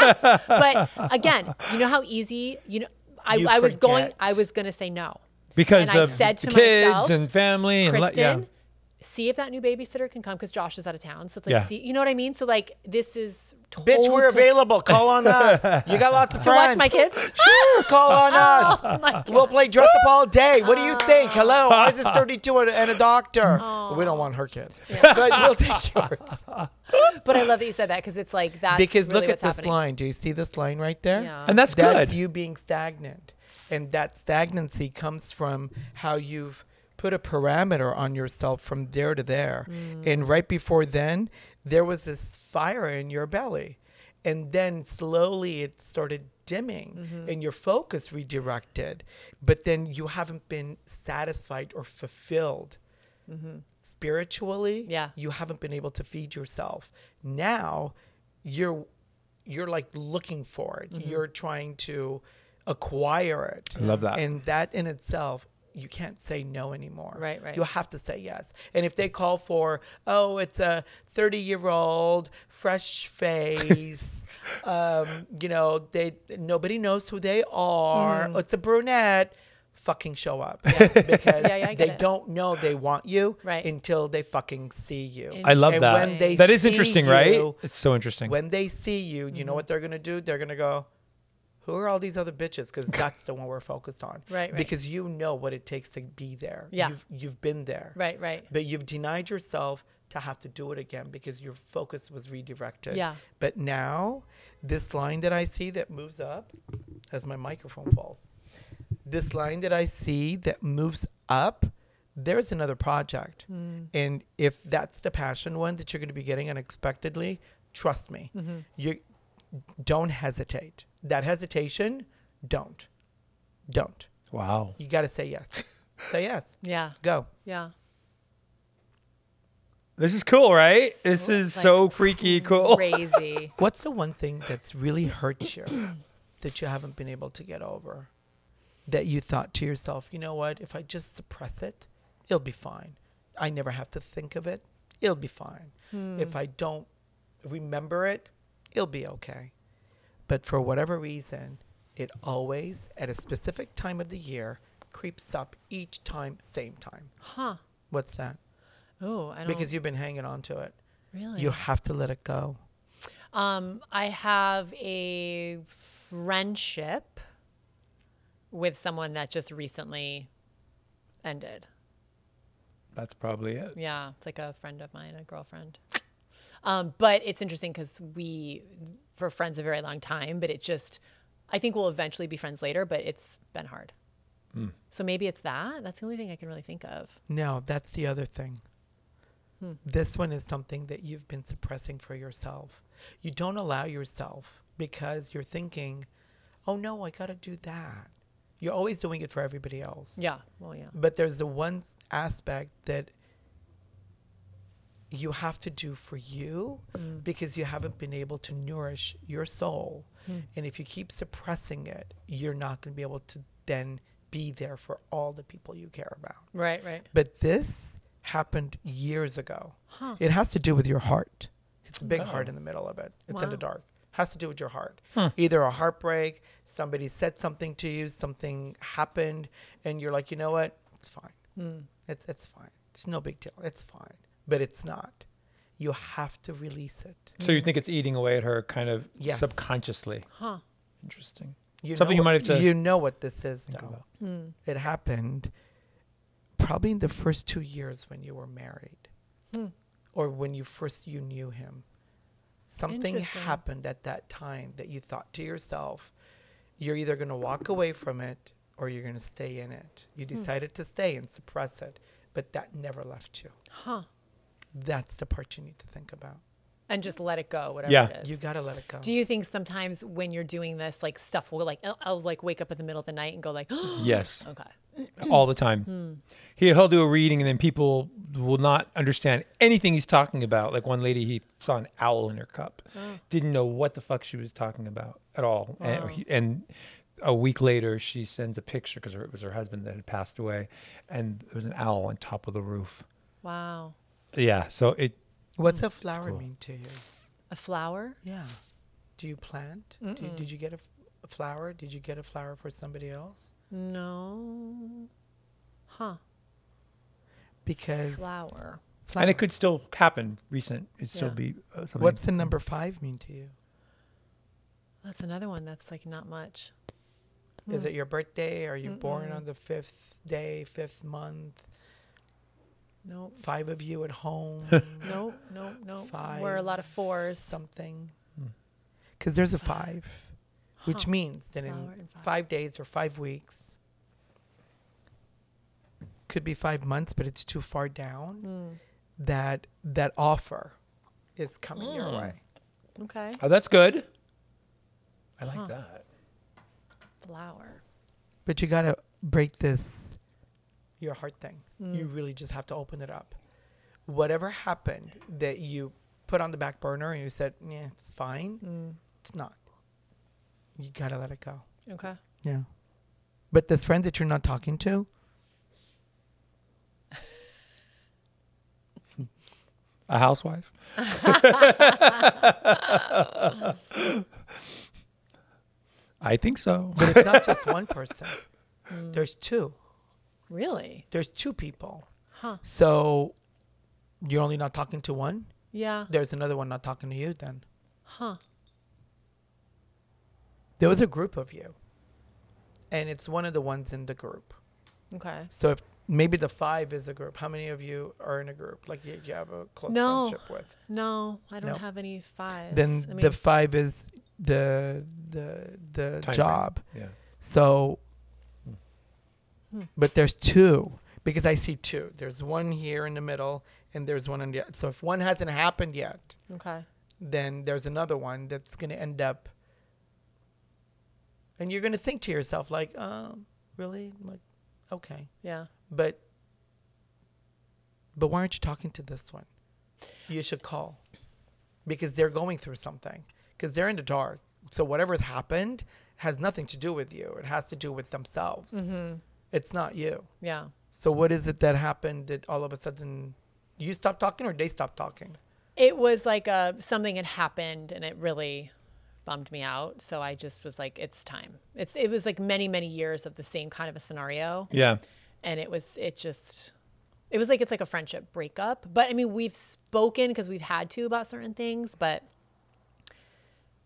Speaker 2: but again, you know how easy you know. I,
Speaker 3: You
Speaker 2: I was going.
Speaker 3: forget.
Speaker 2: I was going to say no.
Speaker 1: because
Speaker 2: and I
Speaker 1: of
Speaker 2: said
Speaker 1: the
Speaker 2: to
Speaker 1: kids
Speaker 2: myself,
Speaker 1: and family and like
Speaker 2: Kristen,
Speaker 1: yeah.
Speaker 2: see if that new babysitter can come because Josh is out of town. So it's like,
Speaker 1: Yeah.
Speaker 2: see, you know what I mean? So like, this is told
Speaker 3: Bitch, we're
Speaker 2: to,
Speaker 3: available. Call on us. You got lots of
Speaker 2: to
Speaker 3: friends.
Speaker 2: watch my kids. Oh
Speaker 3: Sure, call on us. We'll play dress up all day. What do you
Speaker 2: Ah.
Speaker 3: think? Hello, ours is 32 and, and a doctor. We don't want her kids, but we'll take yours.
Speaker 2: but I love that you said that because it's like that's
Speaker 3: Because
Speaker 2: really
Speaker 3: look at
Speaker 2: what's
Speaker 3: this
Speaker 2: happening.
Speaker 3: line. Do you see this line right there?
Speaker 2: Yeah.
Speaker 1: And that's,
Speaker 3: that's
Speaker 1: good.
Speaker 3: you being stagnant and that stagnancy comes from how you've put a parameter on yourself from there to there and right before then there was this fire in your belly and then slowly it started dimming and your focus redirected but then you haven't been satisfied or fulfilled spiritually
Speaker 2: Yeah.
Speaker 3: you haven't been able to feed yourself now you're you're like looking for it
Speaker 2: Mm-hmm.
Speaker 3: you're trying to acquire it
Speaker 1: I love that.
Speaker 3: and that in itself you can't say no anymore
Speaker 2: Right, right.
Speaker 3: you have to say yes and if they call for oh it's a 30 year old fresh face um, you know they nobody knows who they are it's a brunette fucking show up because
Speaker 2: Mm-hmm. Yeah, yeah, I get
Speaker 3: they
Speaker 2: it.
Speaker 3: don't know they want you
Speaker 2: Right.
Speaker 3: until they fucking see you.
Speaker 1: I love
Speaker 3: And
Speaker 1: that.
Speaker 3: when they
Speaker 1: that is
Speaker 3: see
Speaker 1: interesting, right? Mm-hmm.
Speaker 3: you-
Speaker 1: It's so interesting.
Speaker 3: When they see you, you know what they're gonna do? They're gonna go, "Who are all these other bitches?" Because that's the one we're focused on.
Speaker 2: Right, right.
Speaker 3: Because you know what it takes to be there.
Speaker 2: Yeah.
Speaker 3: You've, you've been there.
Speaker 2: Right, right.
Speaker 3: But you've denied yourself to have to do it again because your focus was redirected.
Speaker 2: Yeah.
Speaker 3: But now, this line that I see that moves up, as my microphone falls, this line that I see that moves up there's another project. And if that's the passion one that you're going to be getting unexpectedly, trust me, you don't hesitate. That hesitation, don't. Don't.
Speaker 1: Wow.
Speaker 3: You got to say yes. say yes.
Speaker 2: Yeah.
Speaker 3: Go.
Speaker 2: Yeah.
Speaker 1: This is cool, right? this
Speaker 2: So,
Speaker 1: is
Speaker 2: like,
Speaker 1: so freaky
Speaker 3: Oh.
Speaker 1: cool.
Speaker 2: Crazy.
Speaker 3: What's the one thing that's really hurt you that you haven't been able to get over? That you thought to yourself, you know what, if I just suppress it, it'll be fine. I never have to think of it, it'll be fine.
Speaker 2: Hmm.
Speaker 3: If I don't remember it, it'll be okay. But for whatever reason, it always, at a specific time of the year, creeps up each time, same time.
Speaker 2: huh.
Speaker 3: What's that?
Speaker 2: Oh, I don't
Speaker 3: Because you've been hanging on to it.
Speaker 2: really.
Speaker 3: You have to let it go.
Speaker 2: Um, I have a friendship with someone that just recently ended.
Speaker 1: That's probably it.
Speaker 2: Yeah, it's like a friend of mine, a girlfriend. Um, but it's interesting because we were friends a very long time, but it just, I think we'll eventually be friends later, but it's been hard. So maybe it's that. That's the only thing I can really think of.
Speaker 3: No, that's the other thing. This one is something that you've been suppressing for yourself. You don't allow yourself because you're thinking, oh no, I got to do that. You're always doing it for everybody else.
Speaker 2: Yeah. Well, yeah.
Speaker 3: But there's the one aspect that you have to do for you because you haven't been able to nourish your soul. And if you keep suppressing it, you're not going to be able to then be there for all the people you care about.
Speaker 2: Right, right.
Speaker 3: But this happened years ago. It has to do with your heart. It's a big
Speaker 1: Oh.
Speaker 3: heart in the middle of it. It's in the dark. Has to do with your heart. Either a heartbreak, somebody said something to you, something happened, and you're like, you know what? It's fine.
Speaker 2: Hmm.
Speaker 3: It's it's fine. It's no big deal. It's fine. But it's not. You have to release it.
Speaker 1: So you think it's eating away at her kind of
Speaker 3: Yes.
Speaker 1: subconsciously.
Speaker 2: Huh.
Speaker 1: Interesting.
Speaker 3: You
Speaker 1: Something
Speaker 3: know
Speaker 1: you
Speaker 3: what-
Speaker 1: might have to
Speaker 3: You know what this is though.
Speaker 1: about.
Speaker 2: Hmm.
Speaker 3: It happened probably in the first two years when you were married,
Speaker 2: Hmm.
Speaker 3: or when you first you knew him. Something
Speaker 2: Interesting.
Speaker 3: happened at that time that you thought to yourself, "You're either going to walk away from it, or you're going to stay in it." You
Speaker 2: Hmm.
Speaker 3: decided to stay and suppress it, but that never left you.
Speaker 2: Huh.
Speaker 3: That's the part you need to think about.
Speaker 2: And just let it go, whatever
Speaker 1: Yeah.
Speaker 2: it is.
Speaker 3: You got to let it go.
Speaker 2: Do you think sometimes when you're doing this, like stuff will like I'll, I'll, like wake up in the middle of the night and go like,
Speaker 1: Yes.
Speaker 2: okay,
Speaker 1: all the time. He, he'll do a reading and then people will not understand anything he's talking about. Like one lady, he saw an owl in her cup, didn't know what the fuck she was talking about at all. And, he- and a week later, she sends a picture because it was her husband that had passed away, and there was an owl on top of the roof.
Speaker 2: wow,
Speaker 1: Yeah, so it
Speaker 3: What's
Speaker 2: Mm.
Speaker 3: a flower mean to you?
Speaker 2: a flower.
Speaker 3: Yeah. Do you plant? Do, did you get a, f- a flower? Did you get a flower for somebody else?
Speaker 2: No. Huh.
Speaker 3: Because
Speaker 2: Flower.
Speaker 1: and it could still happen. Recent, it'd still
Speaker 2: Yeah.
Speaker 1: be uh, something.
Speaker 3: What's the number five mean to you?
Speaker 2: That's another one that's like not much. Hmm.
Speaker 3: Is it your birthday? Are you born on the fifth day, fifth month?
Speaker 2: Nope.
Speaker 3: Five of you at home.
Speaker 2: Nope. Nope. Nope.
Speaker 3: five.
Speaker 2: We're a lot of fours.
Speaker 3: Something.
Speaker 1: Hmm.
Speaker 3: Because there's a five, which means that in
Speaker 2: Flower and five.
Speaker 3: five days or five weeks, could be five months, but it's too far down.
Speaker 2: Hmm.
Speaker 3: That that offer is coming your
Speaker 1: Hmm.
Speaker 3: way.
Speaker 2: Okay.
Speaker 1: Oh, that's good. I like that.
Speaker 2: Flower.
Speaker 3: But you gotta break this your heart thing. You really just have to open it up. Whatever happened that you put on the back burner and you said, Yeah, it's fine. It's not. You gotta let it go.
Speaker 2: Okay.
Speaker 3: Yeah. But this friend that you're not talking to,
Speaker 1: A housewife. I think so.
Speaker 3: but it's not just one person. There's two.
Speaker 2: Really?
Speaker 3: There's two people.
Speaker 2: Huh.
Speaker 3: So you're only not talking to one?
Speaker 2: Yeah.
Speaker 3: There's another one not talking to you then.
Speaker 2: Huh.
Speaker 3: There was a group of you. And it's one of the ones in the group.
Speaker 2: Okay.
Speaker 3: So if maybe the five is a group, how many of you are in a group? Like you, you have a close
Speaker 2: No.
Speaker 3: friendship with.
Speaker 2: No, I don't
Speaker 3: No.
Speaker 2: have any fives.
Speaker 3: Then
Speaker 2: I
Speaker 3: the five is the the the
Speaker 1: Time frame.
Speaker 3: job.
Speaker 2: Hmm.
Speaker 1: Yeah.
Speaker 3: So, but there's two because I see two. There's one here in the middle, and there's one on the. So if one hasn't happened yet,
Speaker 2: Okay.
Speaker 3: then there's another one that's going to end up. And you're going to think to yourself, like, oh, really? Like, okay,
Speaker 2: Yeah.
Speaker 3: but but why aren't you talking to this one? You should call because they're going through something because they're in the dark. So whatever's happened has nothing to do with you. It has to do with themselves.
Speaker 2: Mm-hmm.
Speaker 3: It's not you.
Speaker 2: Yeah.
Speaker 3: So what is it that happened that all of a sudden you stopped talking or they stopped talking?
Speaker 2: It was like a, something had happened and it really bummed me out. So I just was like, it's time. It's it was like many, many years of the same kind of a scenario.
Speaker 1: Yeah.
Speaker 2: and it was it just it was like it's like a friendship breakup but i mean we've spoken because we've had to about certain things but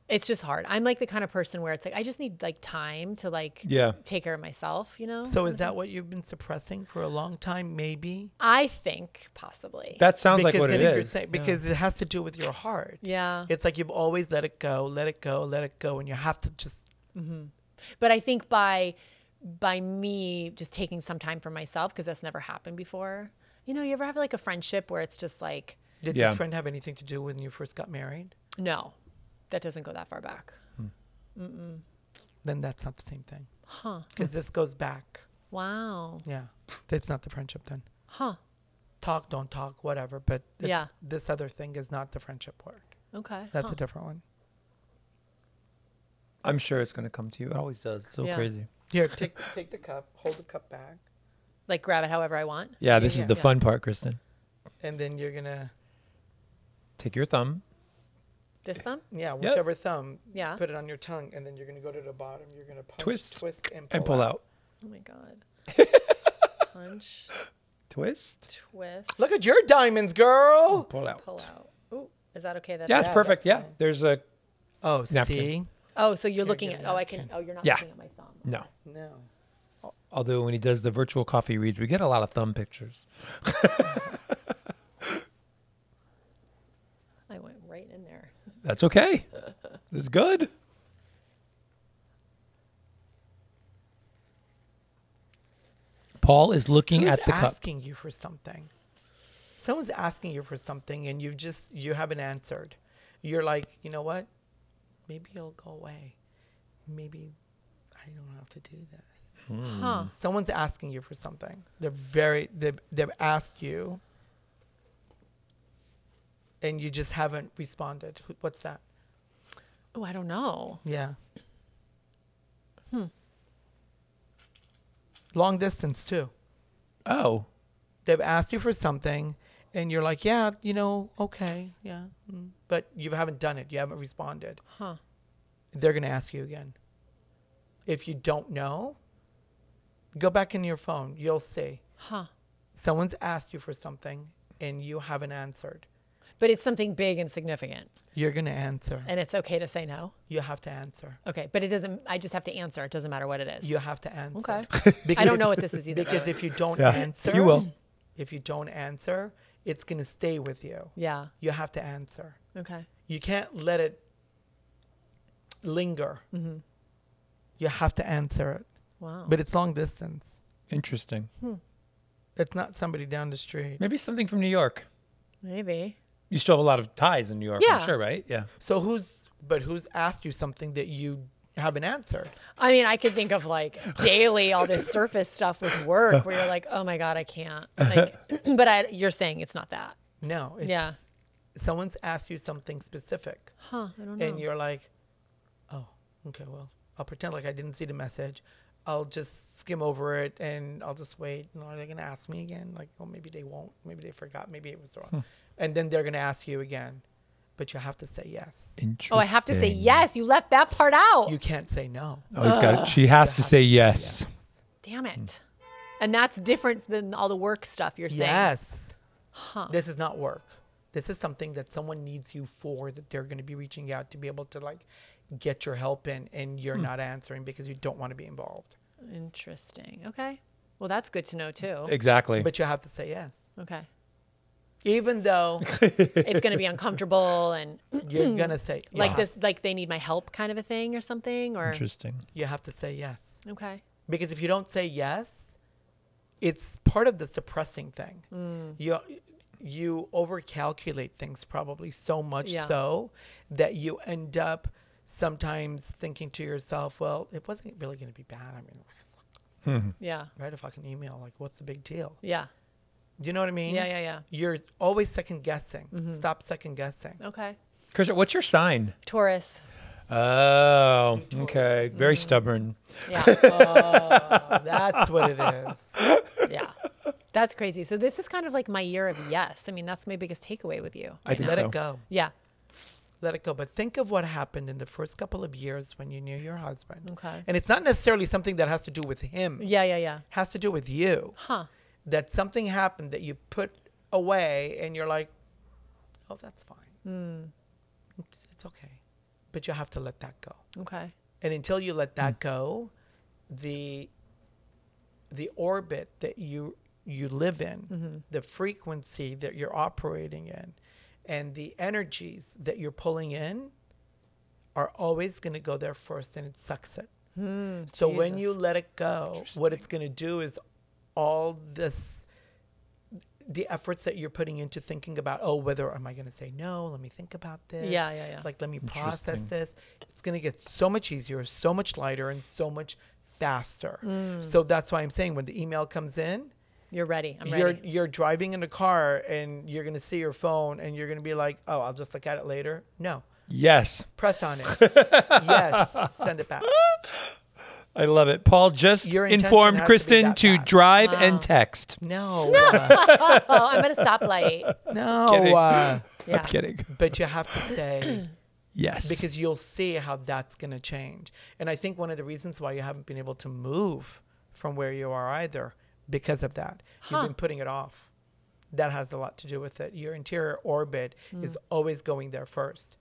Speaker 2: it's just hard i'm like the kind of person where it's like i just need like time to like
Speaker 1: Yeah.
Speaker 2: take care of myself you know
Speaker 3: So is that what you've been suppressing for a long time? Maybe
Speaker 2: i think possibly
Speaker 1: That sounds like what
Speaker 3: then
Speaker 1: it
Speaker 3: if you're
Speaker 1: is.
Speaker 3: saying- because it has to do with your heart.
Speaker 2: yeah
Speaker 3: It's like you've always let it go, let it go, let it go, and you have to just
Speaker 2: but i think by by me just taking some time for myself because that's never happened before you know you ever have like a friendship where it's just like
Speaker 3: Did
Speaker 1: Yeah.
Speaker 3: this friend have anything to do when you first got married?
Speaker 2: no that doesn't go that far back
Speaker 3: Then that's not the same thing.
Speaker 2: huh
Speaker 3: Because this goes back.
Speaker 2: wow
Speaker 3: Yeah. It's not the friendship then.
Speaker 2: huh
Speaker 3: Talk, don't talk, whatever. But it's,
Speaker 2: Yeah.
Speaker 3: this other thing is not the friendship word.
Speaker 2: okay
Speaker 3: That's
Speaker 2: huh.
Speaker 3: a different one.
Speaker 1: I'm sure it's gonna come to you. It always does. It's so
Speaker 2: Yeah.
Speaker 1: crazy.
Speaker 3: Here, take take the cup, hold the cup back,
Speaker 2: like grab it however i want
Speaker 1: Yeah, this
Speaker 3: yeah,
Speaker 1: is the
Speaker 2: yeah.
Speaker 1: fun part, Kristen.
Speaker 3: and then you're gonna
Speaker 1: Take your
Speaker 3: Oh,
Speaker 1: thumb.
Speaker 2: This thumb?
Speaker 3: yeah, whichever thumb,
Speaker 2: Yeah.
Speaker 3: put it on your tongue, and then you're gonna go to the bottom. You're gonna punch,
Speaker 1: Twist
Speaker 3: twist, and pull,
Speaker 1: and pull out.
Speaker 2: Oh my god. Punch,
Speaker 1: Twist.
Speaker 2: twist,
Speaker 3: Look at your diamonds, girl.
Speaker 1: Pull out.
Speaker 2: pull out. Ooh, is that okay? That
Speaker 1: Yeah, it's
Speaker 3: Yeah,
Speaker 1: perfect.
Speaker 3: that's
Speaker 1: Yeah.
Speaker 3: fine.
Speaker 1: There's a
Speaker 3: Oh,
Speaker 1: Napkin.
Speaker 3: see,
Speaker 2: Oh, so you're looking
Speaker 3: give
Speaker 2: at.
Speaker 3: me
Speaker 2: Oh,
Speaker 3: that.
Speaker 2: I can. Oh, you're not
Speaker 1: Yeah.
Speaker 2: looking at my thumb.
Speaker 1: no.
Speaker 3: no.
Speaker 1: Although when he does the virtual coffee reads, we get a lot of thumb pictures.
Speaker 2: I went right in there.
Speaker 1: That's okay. That's good. Paul is looking
Speaker 3: Who's
Speaker 1: at the cup.
Speaker 3: asking you for something. Someone's asking you for something, and you just you haven't answered. You're like, you know what? Maybe it'll go away. Maybe I don't have to do that.
Speaker 2: Huh.
Speaker 3: Someone's asking you for something. They're very they've, they've asked you, and you just haven't responded. Wh- What's that?
Speaker 2: Oh, I don't know.
Speaker 3: Yeah. Hmm. Long distance too.
Speaker 1: Oh,
Speaker 3: they've asked you for something and you're like yeah you know okay yeah mm," but you haven't done it you haven't responded
Speaker 2: Huh.
Speaker 3: they're going to ask you again if you don't know go back in your phone you'll see
Speaker 2: Huh.
Speaker 3: someone's asked you for something and you haven't answered
Speaker 2: But it's something big and significant,
Speaker 3: you're going to answer
Speaker 2: and it's okay to say no.
Speaker 3: you have to answer
Speaker 2: Okay, but it doesn't. I just have to answer. It doesn't matter what it is.
Speaker 3: you have to answer
Speaker 2: okay. I
Speaker 3: Because
Speaker 2: don't
Speaker 3: if-
Speaker 2: know what this is either. by
Speaker 3: because
Speaker 2: the way.
Speaker 3: if you don't
Speaker 1: Yeah.
Speaker 3: answer
Speaker 1: You will.
Speaker 3: if you don't answer it's going to stay with you
Speaker 2: yeah.
Speaker 3: you have to answer
Speaker 2: Okay.
Speaker 3: you can't let it linger. You have to answer it,
Speaker 2: Wow.
Speaker 3: but it's long distance.
Speaker 1: interesting.
Speaker 3: It's not somebody down the street.
Speaker 1: Maybe something from New York.
Speaker 2: Maybe.
Speaker 1: You still have a lot of ties in New York, I'm
Speaker 2: Yeah.
Speaker 1: sure, right? Yeah.
Speaker 3: So who's but who's asked you something that you haven't answered?
Speaker 2: I mean, I could think of like daily all this surface stuff with work where you're like, oh my god, I can't.
Speaker 3: Uh-huh.
Speaker 2: Like, but I, you're saying it's not that.
Speaker 3: No, it's
Speaker 2: Yeah.
Speaker 3: someone's asked you something specific,
Speaker 2: Huh. I don't know.
Speaker 3: and you're like, "Oh, okay, well, I'll pretend like I didn't see the message. I'll just skim over it, and I'll just wait. And are they gonna ask me again? Like, well, maybe they won't. Maybe they forgot. Maybe it was wrong. And then they're gonna ask you again, but you have to say yes.
Speaker 1: Interesting.
Speaker 2: Oh, I have to say yes. You left that part out.
Speaker 3: You can't say no.
Speaker 1: Oh, he's got it. She has to say yes.
Speaker 2: Damn it.
Speaker 3: Hmm.
Speaker 2: And that's different than all the work stuff you're saying.
Speaker 3: Yes. This is not work. This is something that someone needs you for that they're going to be reaching out to be able to like get your help in and you're not answering because you don't want to be involved.
Speaker 2: Interesting. Okay. Well, that's good to know too.
Speaker 1: Exactly.
Speaker 3: But you have to say yes.
Speaker 2: Okay.
Speaker 3: Even though
Speaker 2: It's going to be uncomfortable and
Speaker 3: you're going to say
Speaker 2: like
Speaker 3: yeah.
Speaker 2: this, like they need my help kind of a thing or something or.
Speaker 1: Interesting.
Speaker 3: You have to say yes.
Speaker 2: Okay.
Speaker 3: Because if you don't say yes, it's part of the suppressing thing.
Speaker 2: Mm.
Speaker 3: You you overcalculate things probably so much
Speaker 2: Yeah.
Speaker 3: so that you end up sometimes thinking to yourself, well, it wasn't really going to be bad. I mean,
Speaker 2: Yeah.
Speaker 3: write a fucking email. Like, what's the big deal?
Speaker 2: Yeah.
Speaker 3: You know what I mean?
Speaker 2: Yeah, Mm-hmm. yeah, yeah.
Speaker 3: You're always second guessing. Stop second guessing.
Speaker 2: Okay.
Speaker 1: Christian, what's your sign?
Speaker 2: Taurus.
Speaker 1: Oh, okay. Very
Speaker 3: Mm.
Speaker 1: stubborn.
Speaker 2: Yeah.
Speaker 3: That's what it is.
Speaker 2: yeah. That's crazy. So this is kind of like my year of yes. I mean, that's my biggest takeaway with you.
Speaker 1: I
Speaker 2: right
Speaker 1: think
Speaker 2: now.
Speaker 3: Let
Speaker 1: so.
Speaker 3: it go.
Speaker 2: Yeah.
Speaker 3: Let it go. But think of what happened in the first couple of years when you knew your husband.
Speaker 2: Okay.
Speaker 3: And it's not necessarily something that has to do with him. It
Speaker 2: Yeah, yeah, yeah.
Speaker 3: has to do with you.
Speaker 2: Huh.
Speaker 3: That something happened that you put away and you're like, oh, that's fine. It's, it's okay. But you have to let that go.
Speaker 2: Okay.
Speaker 3: and until you let that go the the orbit that you you live in the frequency that you're operating in and the energies that you're pulling in are always going to go there first and it sucks it so when you
Speaker 2: Jesus.
Speaker 3: let it go what it's going to do is all this the efforts that you're putting into thinking about oh whether am i going to say no let me think about this
Speaker 2: Yeah, yeah, yeah.
Speaker 3: like let me process
Speaker 1: Interesting.
Speaker 3: this it's going to get so much easier so much lighter and so much faster
Speaker 2: Mm.
Speaker 3: so that's why i'm saying when the email comes in
Speaker 2: You're ready. I'm ready.
Speaker 3: you're you're driving in a car and you're going to see your phone and you're going to be like oh i'll just look at it later no
Speaker 1: Yes.
Speaker 3: press on it yes send it back
Speaker 1: I love it. Paul just
Speaker 3: Your intention
Speaker 1: informed
Speaker 3: has to be
Speaker 1: Kristen
Speaker 3: that
Speaker 1: to,
Speaker 3: bad.
Speaker 1: drive and text.
Speaker 3: no
Speaker 2: oh, I'm at a stoplight.
Speaker 3: no
Speaker 1: Kidding.
Speaker 3: uh,
Speaker 2: Yeah.
Speaker 1: I'm kidding.
Speaker 3: but you have to say
Speaker 1: Yes.
Speaker 3: because you'll see how that's going to change. And I think one of the reasons why you haven't been able to move from where you are either because of that. You've been putting it off. That has a lot to do with it. Your interior orbit
Speaker 2: Hmm.
Speaker 3: is always going there first.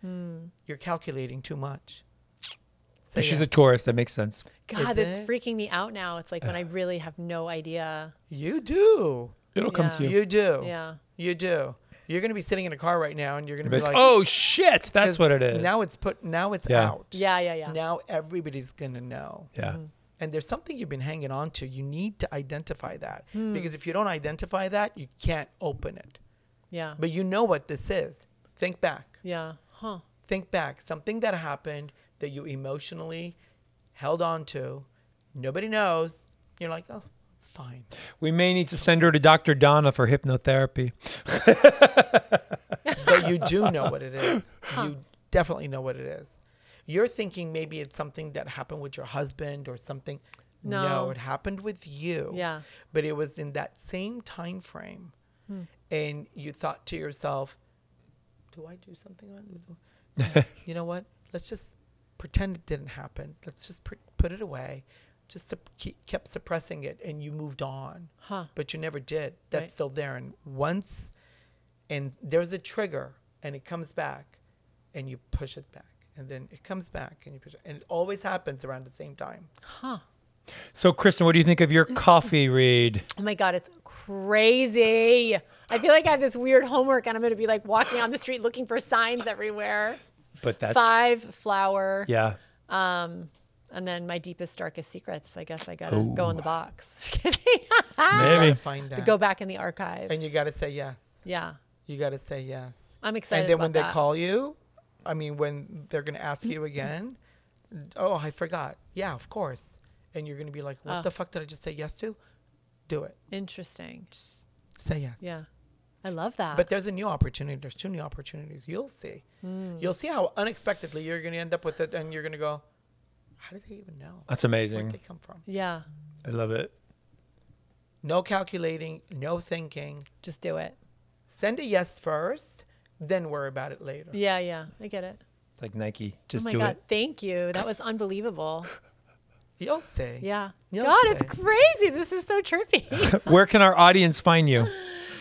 Speaker 3: You're calculating too much. So
Speaker 1: she's a
Speaker 3: yes,
Speaker 1: Taurus. That makes sense.
Speaker 2: God,
Speaker 3: Is
Speaker 2: that's
Speaker 3: it?
Speaker 2: freaking me out now. It's like when I really have no idea.
Speaker 3: you do.
Speaker 1: It'll come to
Speaker 2: Yeah.
Speaker 1: you.
Speaker 3: You do.
Speaker 2: Yeah.
Speaker 3: You do. You're going to be sitting in a car right now and you're going to be like
Speaker 1: oh shit! That's
Speaker 3: 'cause
Speaker 1: what it is.
Speaker 3: Now it's put now it's
Speaker 1: Yeah.
Speaker 3: out.
Speaker 2: Yeah, yeah, yeah.
Speaker 3: Now everybody's going to know.
Speaker 1: yeah.
Speaker 2: Mm.
Speaker 3: and there's something you've been hanging on to, you need to identify that. Because if you don't identify that, you can't open it.
Speaker 2: Yeah.
Speaker 3: But you know what this is. Think back.
Speaker 2: Yeah. Huh.
Speaker 3: Think back. Something that happened that you emotionally held on to. Nobody knows. You're like, oh, it's fine.
Speaker 1: We may need to send her to Dr. Donna for hypnotherapy.
Speaker 3: But you do know what it is. You definitely know what it is. You're thinking maybe it's something that happened with your husband or something.
Speaker 2: No.
Speaker 3: it happened with you.
Speaker 2: Yeah. Hmm.
Speaker 3: But it was in that same time frame. And you thought to yourself, do I do something on You know what? Let's just pretend it didn't happen. Let's just pr- put it away. Just sup- keep, kept suppressing it and you moved on.
Speaker 2: Huh.
Speaker 3: But you never did. That's
Speaker 2: Right.
Speaker 3: still there. And once, and there's a trigger and it comes back and you push it back. And then it comes back and you push it. And it always happens around the same time.
Speaker 2: Huh.
Speaker 1: So, Kristen, what do you think of your
Speaker 2: Mm.
Speaker 1: coffee read?
Speaker 2: Oh my God, it's crazy. I feel like I have this weird homework and I'm going to be like walking on the street looking for signs everywhere.
Speaker 1: But that's
Speaker 2: Five, flower.
Speaker 1: yeah.
Speaker 2: Um, and then my deepest, darkest secrets. I guess I got to go in the box. Just kidding.
Speaker 3: You
Speaker 2: Ah.
Speaker 1: Maybe.
Speaker 3: gotta find that.
Speaker 2: go back in the archives.
Speaker 3: And you got to say yes.
Speaker 2: yeah.
Speaker 3: You got to say yes.
Speaker 2: I'm excited.
Speaker 3: and then when
Speaker 2: about
Speaker 3: they
Speaker 2: that.
Speaker 3: call you, I mean, when they're going to ask you again, oh, I forgot. Yeah, of course. And you're going to be like, what
Speaker 2: Ah.
Speaker 3: the fuck did I just say yes to? Do it.
Speaker 2: Interesting.
Speaker 3: Say yes.
Speaker 2: Yeah. I love that.
Speaker 3: But there's a new opportunity. There's two new opportunities. You'll see.
Speaker 2: Mm.
Speaker 3: You'll see how unexpectedly you're going to end up with it. And you're going to go, how did they even know?
Speaker 1: That's
Speaker 3: Where did
Speaker 1: amazing.
Speaker 3: they come from?
Speaker 2: yeah.
Speaker 1: I love it.
Speaker 3: No calculating, no thinking.
Speaker 2: Just do it.
Speaker 3: Send a yes first, then worry about it later.
Speaker 2: Yeah. Yeah. I get it.
Speaker 1: It's like Nike. Just
Speaker 2: oh my
Speaker 1: do
Speaker 2: God.
Speaker 1: it.
Speaker 2: Thank you. That was unbelievable.
Speaker 3: You'll see.
Speaker 2: Yeah.
Speaker 3: You'll
Speaker 2: God, it's
Speaker 3: see.
Speaker 2: crazy. This is so trippy.
Speaker 1: Where can our audience find you?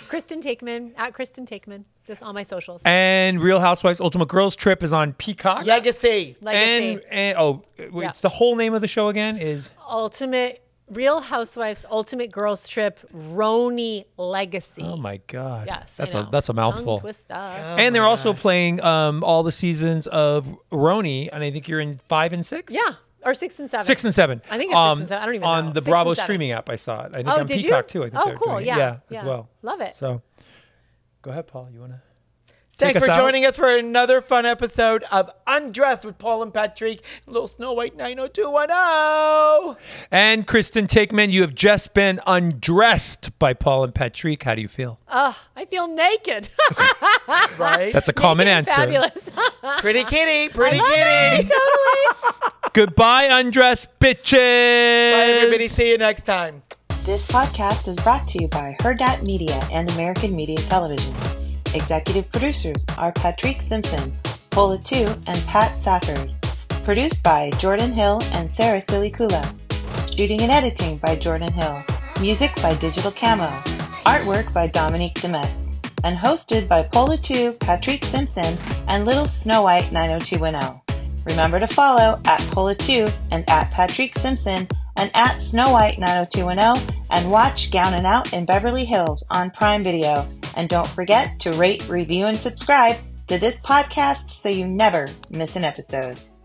Speaker 2: Kristen Takeman, at Kristen Takeman, just on my socials.
Speaker 1: And Real Housewives Ultimate Girls Trip is on Peacock.
Speaker 3: Legacy.
Speaker 1: And,
Speaker 2: Legacy.
Speaker 1: and oh, wait,
Speaker 2: Yeah.
Speaker 1: it's the whole name of the show again is
Speaker 2: ultimate Real Housewives Ultimate Girls Trip Roni Legacy.
Speaker 1: Oh my god.
Speaker 2: Yes. I
Speaker 1: That's a
Speaker 2: know.
Speaker 1: that's a
Speaker 2: Tongue
Speaker 1: mouthful.
Speaker 2: twister.
Speaker 1: and they're also playing um, all the seasons of Roni, and I think you're in five and six.
Speaker 2: Yeah. or six and seven.
Speaker 1: Six and seven.
Speaker 2: I think it's six
Speaker 1: um,
Speaker 2: and seven. I don't even
Speaker 1: on
Speaker 2: know.
Speaker 1: the
Speaker 2: Six and
Speaker 1: Bravo
Speaker 2: seven.
Speaker 1: streaming app. I saw it. I think
Speaker 2: Oh,
Speaker 1: on
Speaker 2: did
Speaker 1: Peacock
Speaker 2: you?
Speaker 1: too. I think
Speaker 2: oh,
Speaker 1: they're
Speaker 2: cool.
Speaker 1: doing it.
Speaker 2: Yeah.
Speaker 1: yeah, as well.
Speaker 2: Love it.
Speaker 1: So, go ahead, Paul. You wanna?
Speaker 3: Thanks
Speaker 1: us
Speaker 3: for
Speaker 1: out?
Speaker 3: joining us for another fun episode of Undressed with Paul and Patrick, Little Snow White 90210.
Speaker 1: And Kristen Takeman, you have just been undressed by Paul and Patrick. How do you feel?
Speaker 2: Ugh, I feel naked.
Speaker 3: Right?
Speaker 1: That's a common
Speaker 2: Naked and
Speaker 1: answer.
Speaker 2: Fabulous.
Speaker 3: pretty kitty, pretty
Speaker 2: Love
Speaker 3: kitty.
Speaker 2: it, totally.
Speaker 1: Goodbye, undressed bitches.
Speaker 3: Bye, everybody. See you next time.
Speaker 4: This podcast is brought to you by Herdat Media and American Media Television. Executive producers are Patrick Simpson, Paula Tu, and Pat Safford. Produced by Jordan Hill and Sarah Silicula. Shooting and editing by Jordan Hill. Music by Digital Camo. Artwork by Dominique Demetz. And hosted by Paula Tu, Patrick Simpson, and Little Snow White 90210. Remember to follow at Pola2 and at Patrick Simpson and at Snow White 90210 and watch Gown and Out in Beverly Hills on Prime Video. And don't forget to rate, review, and subscribe to this podcast so you never miss an episode.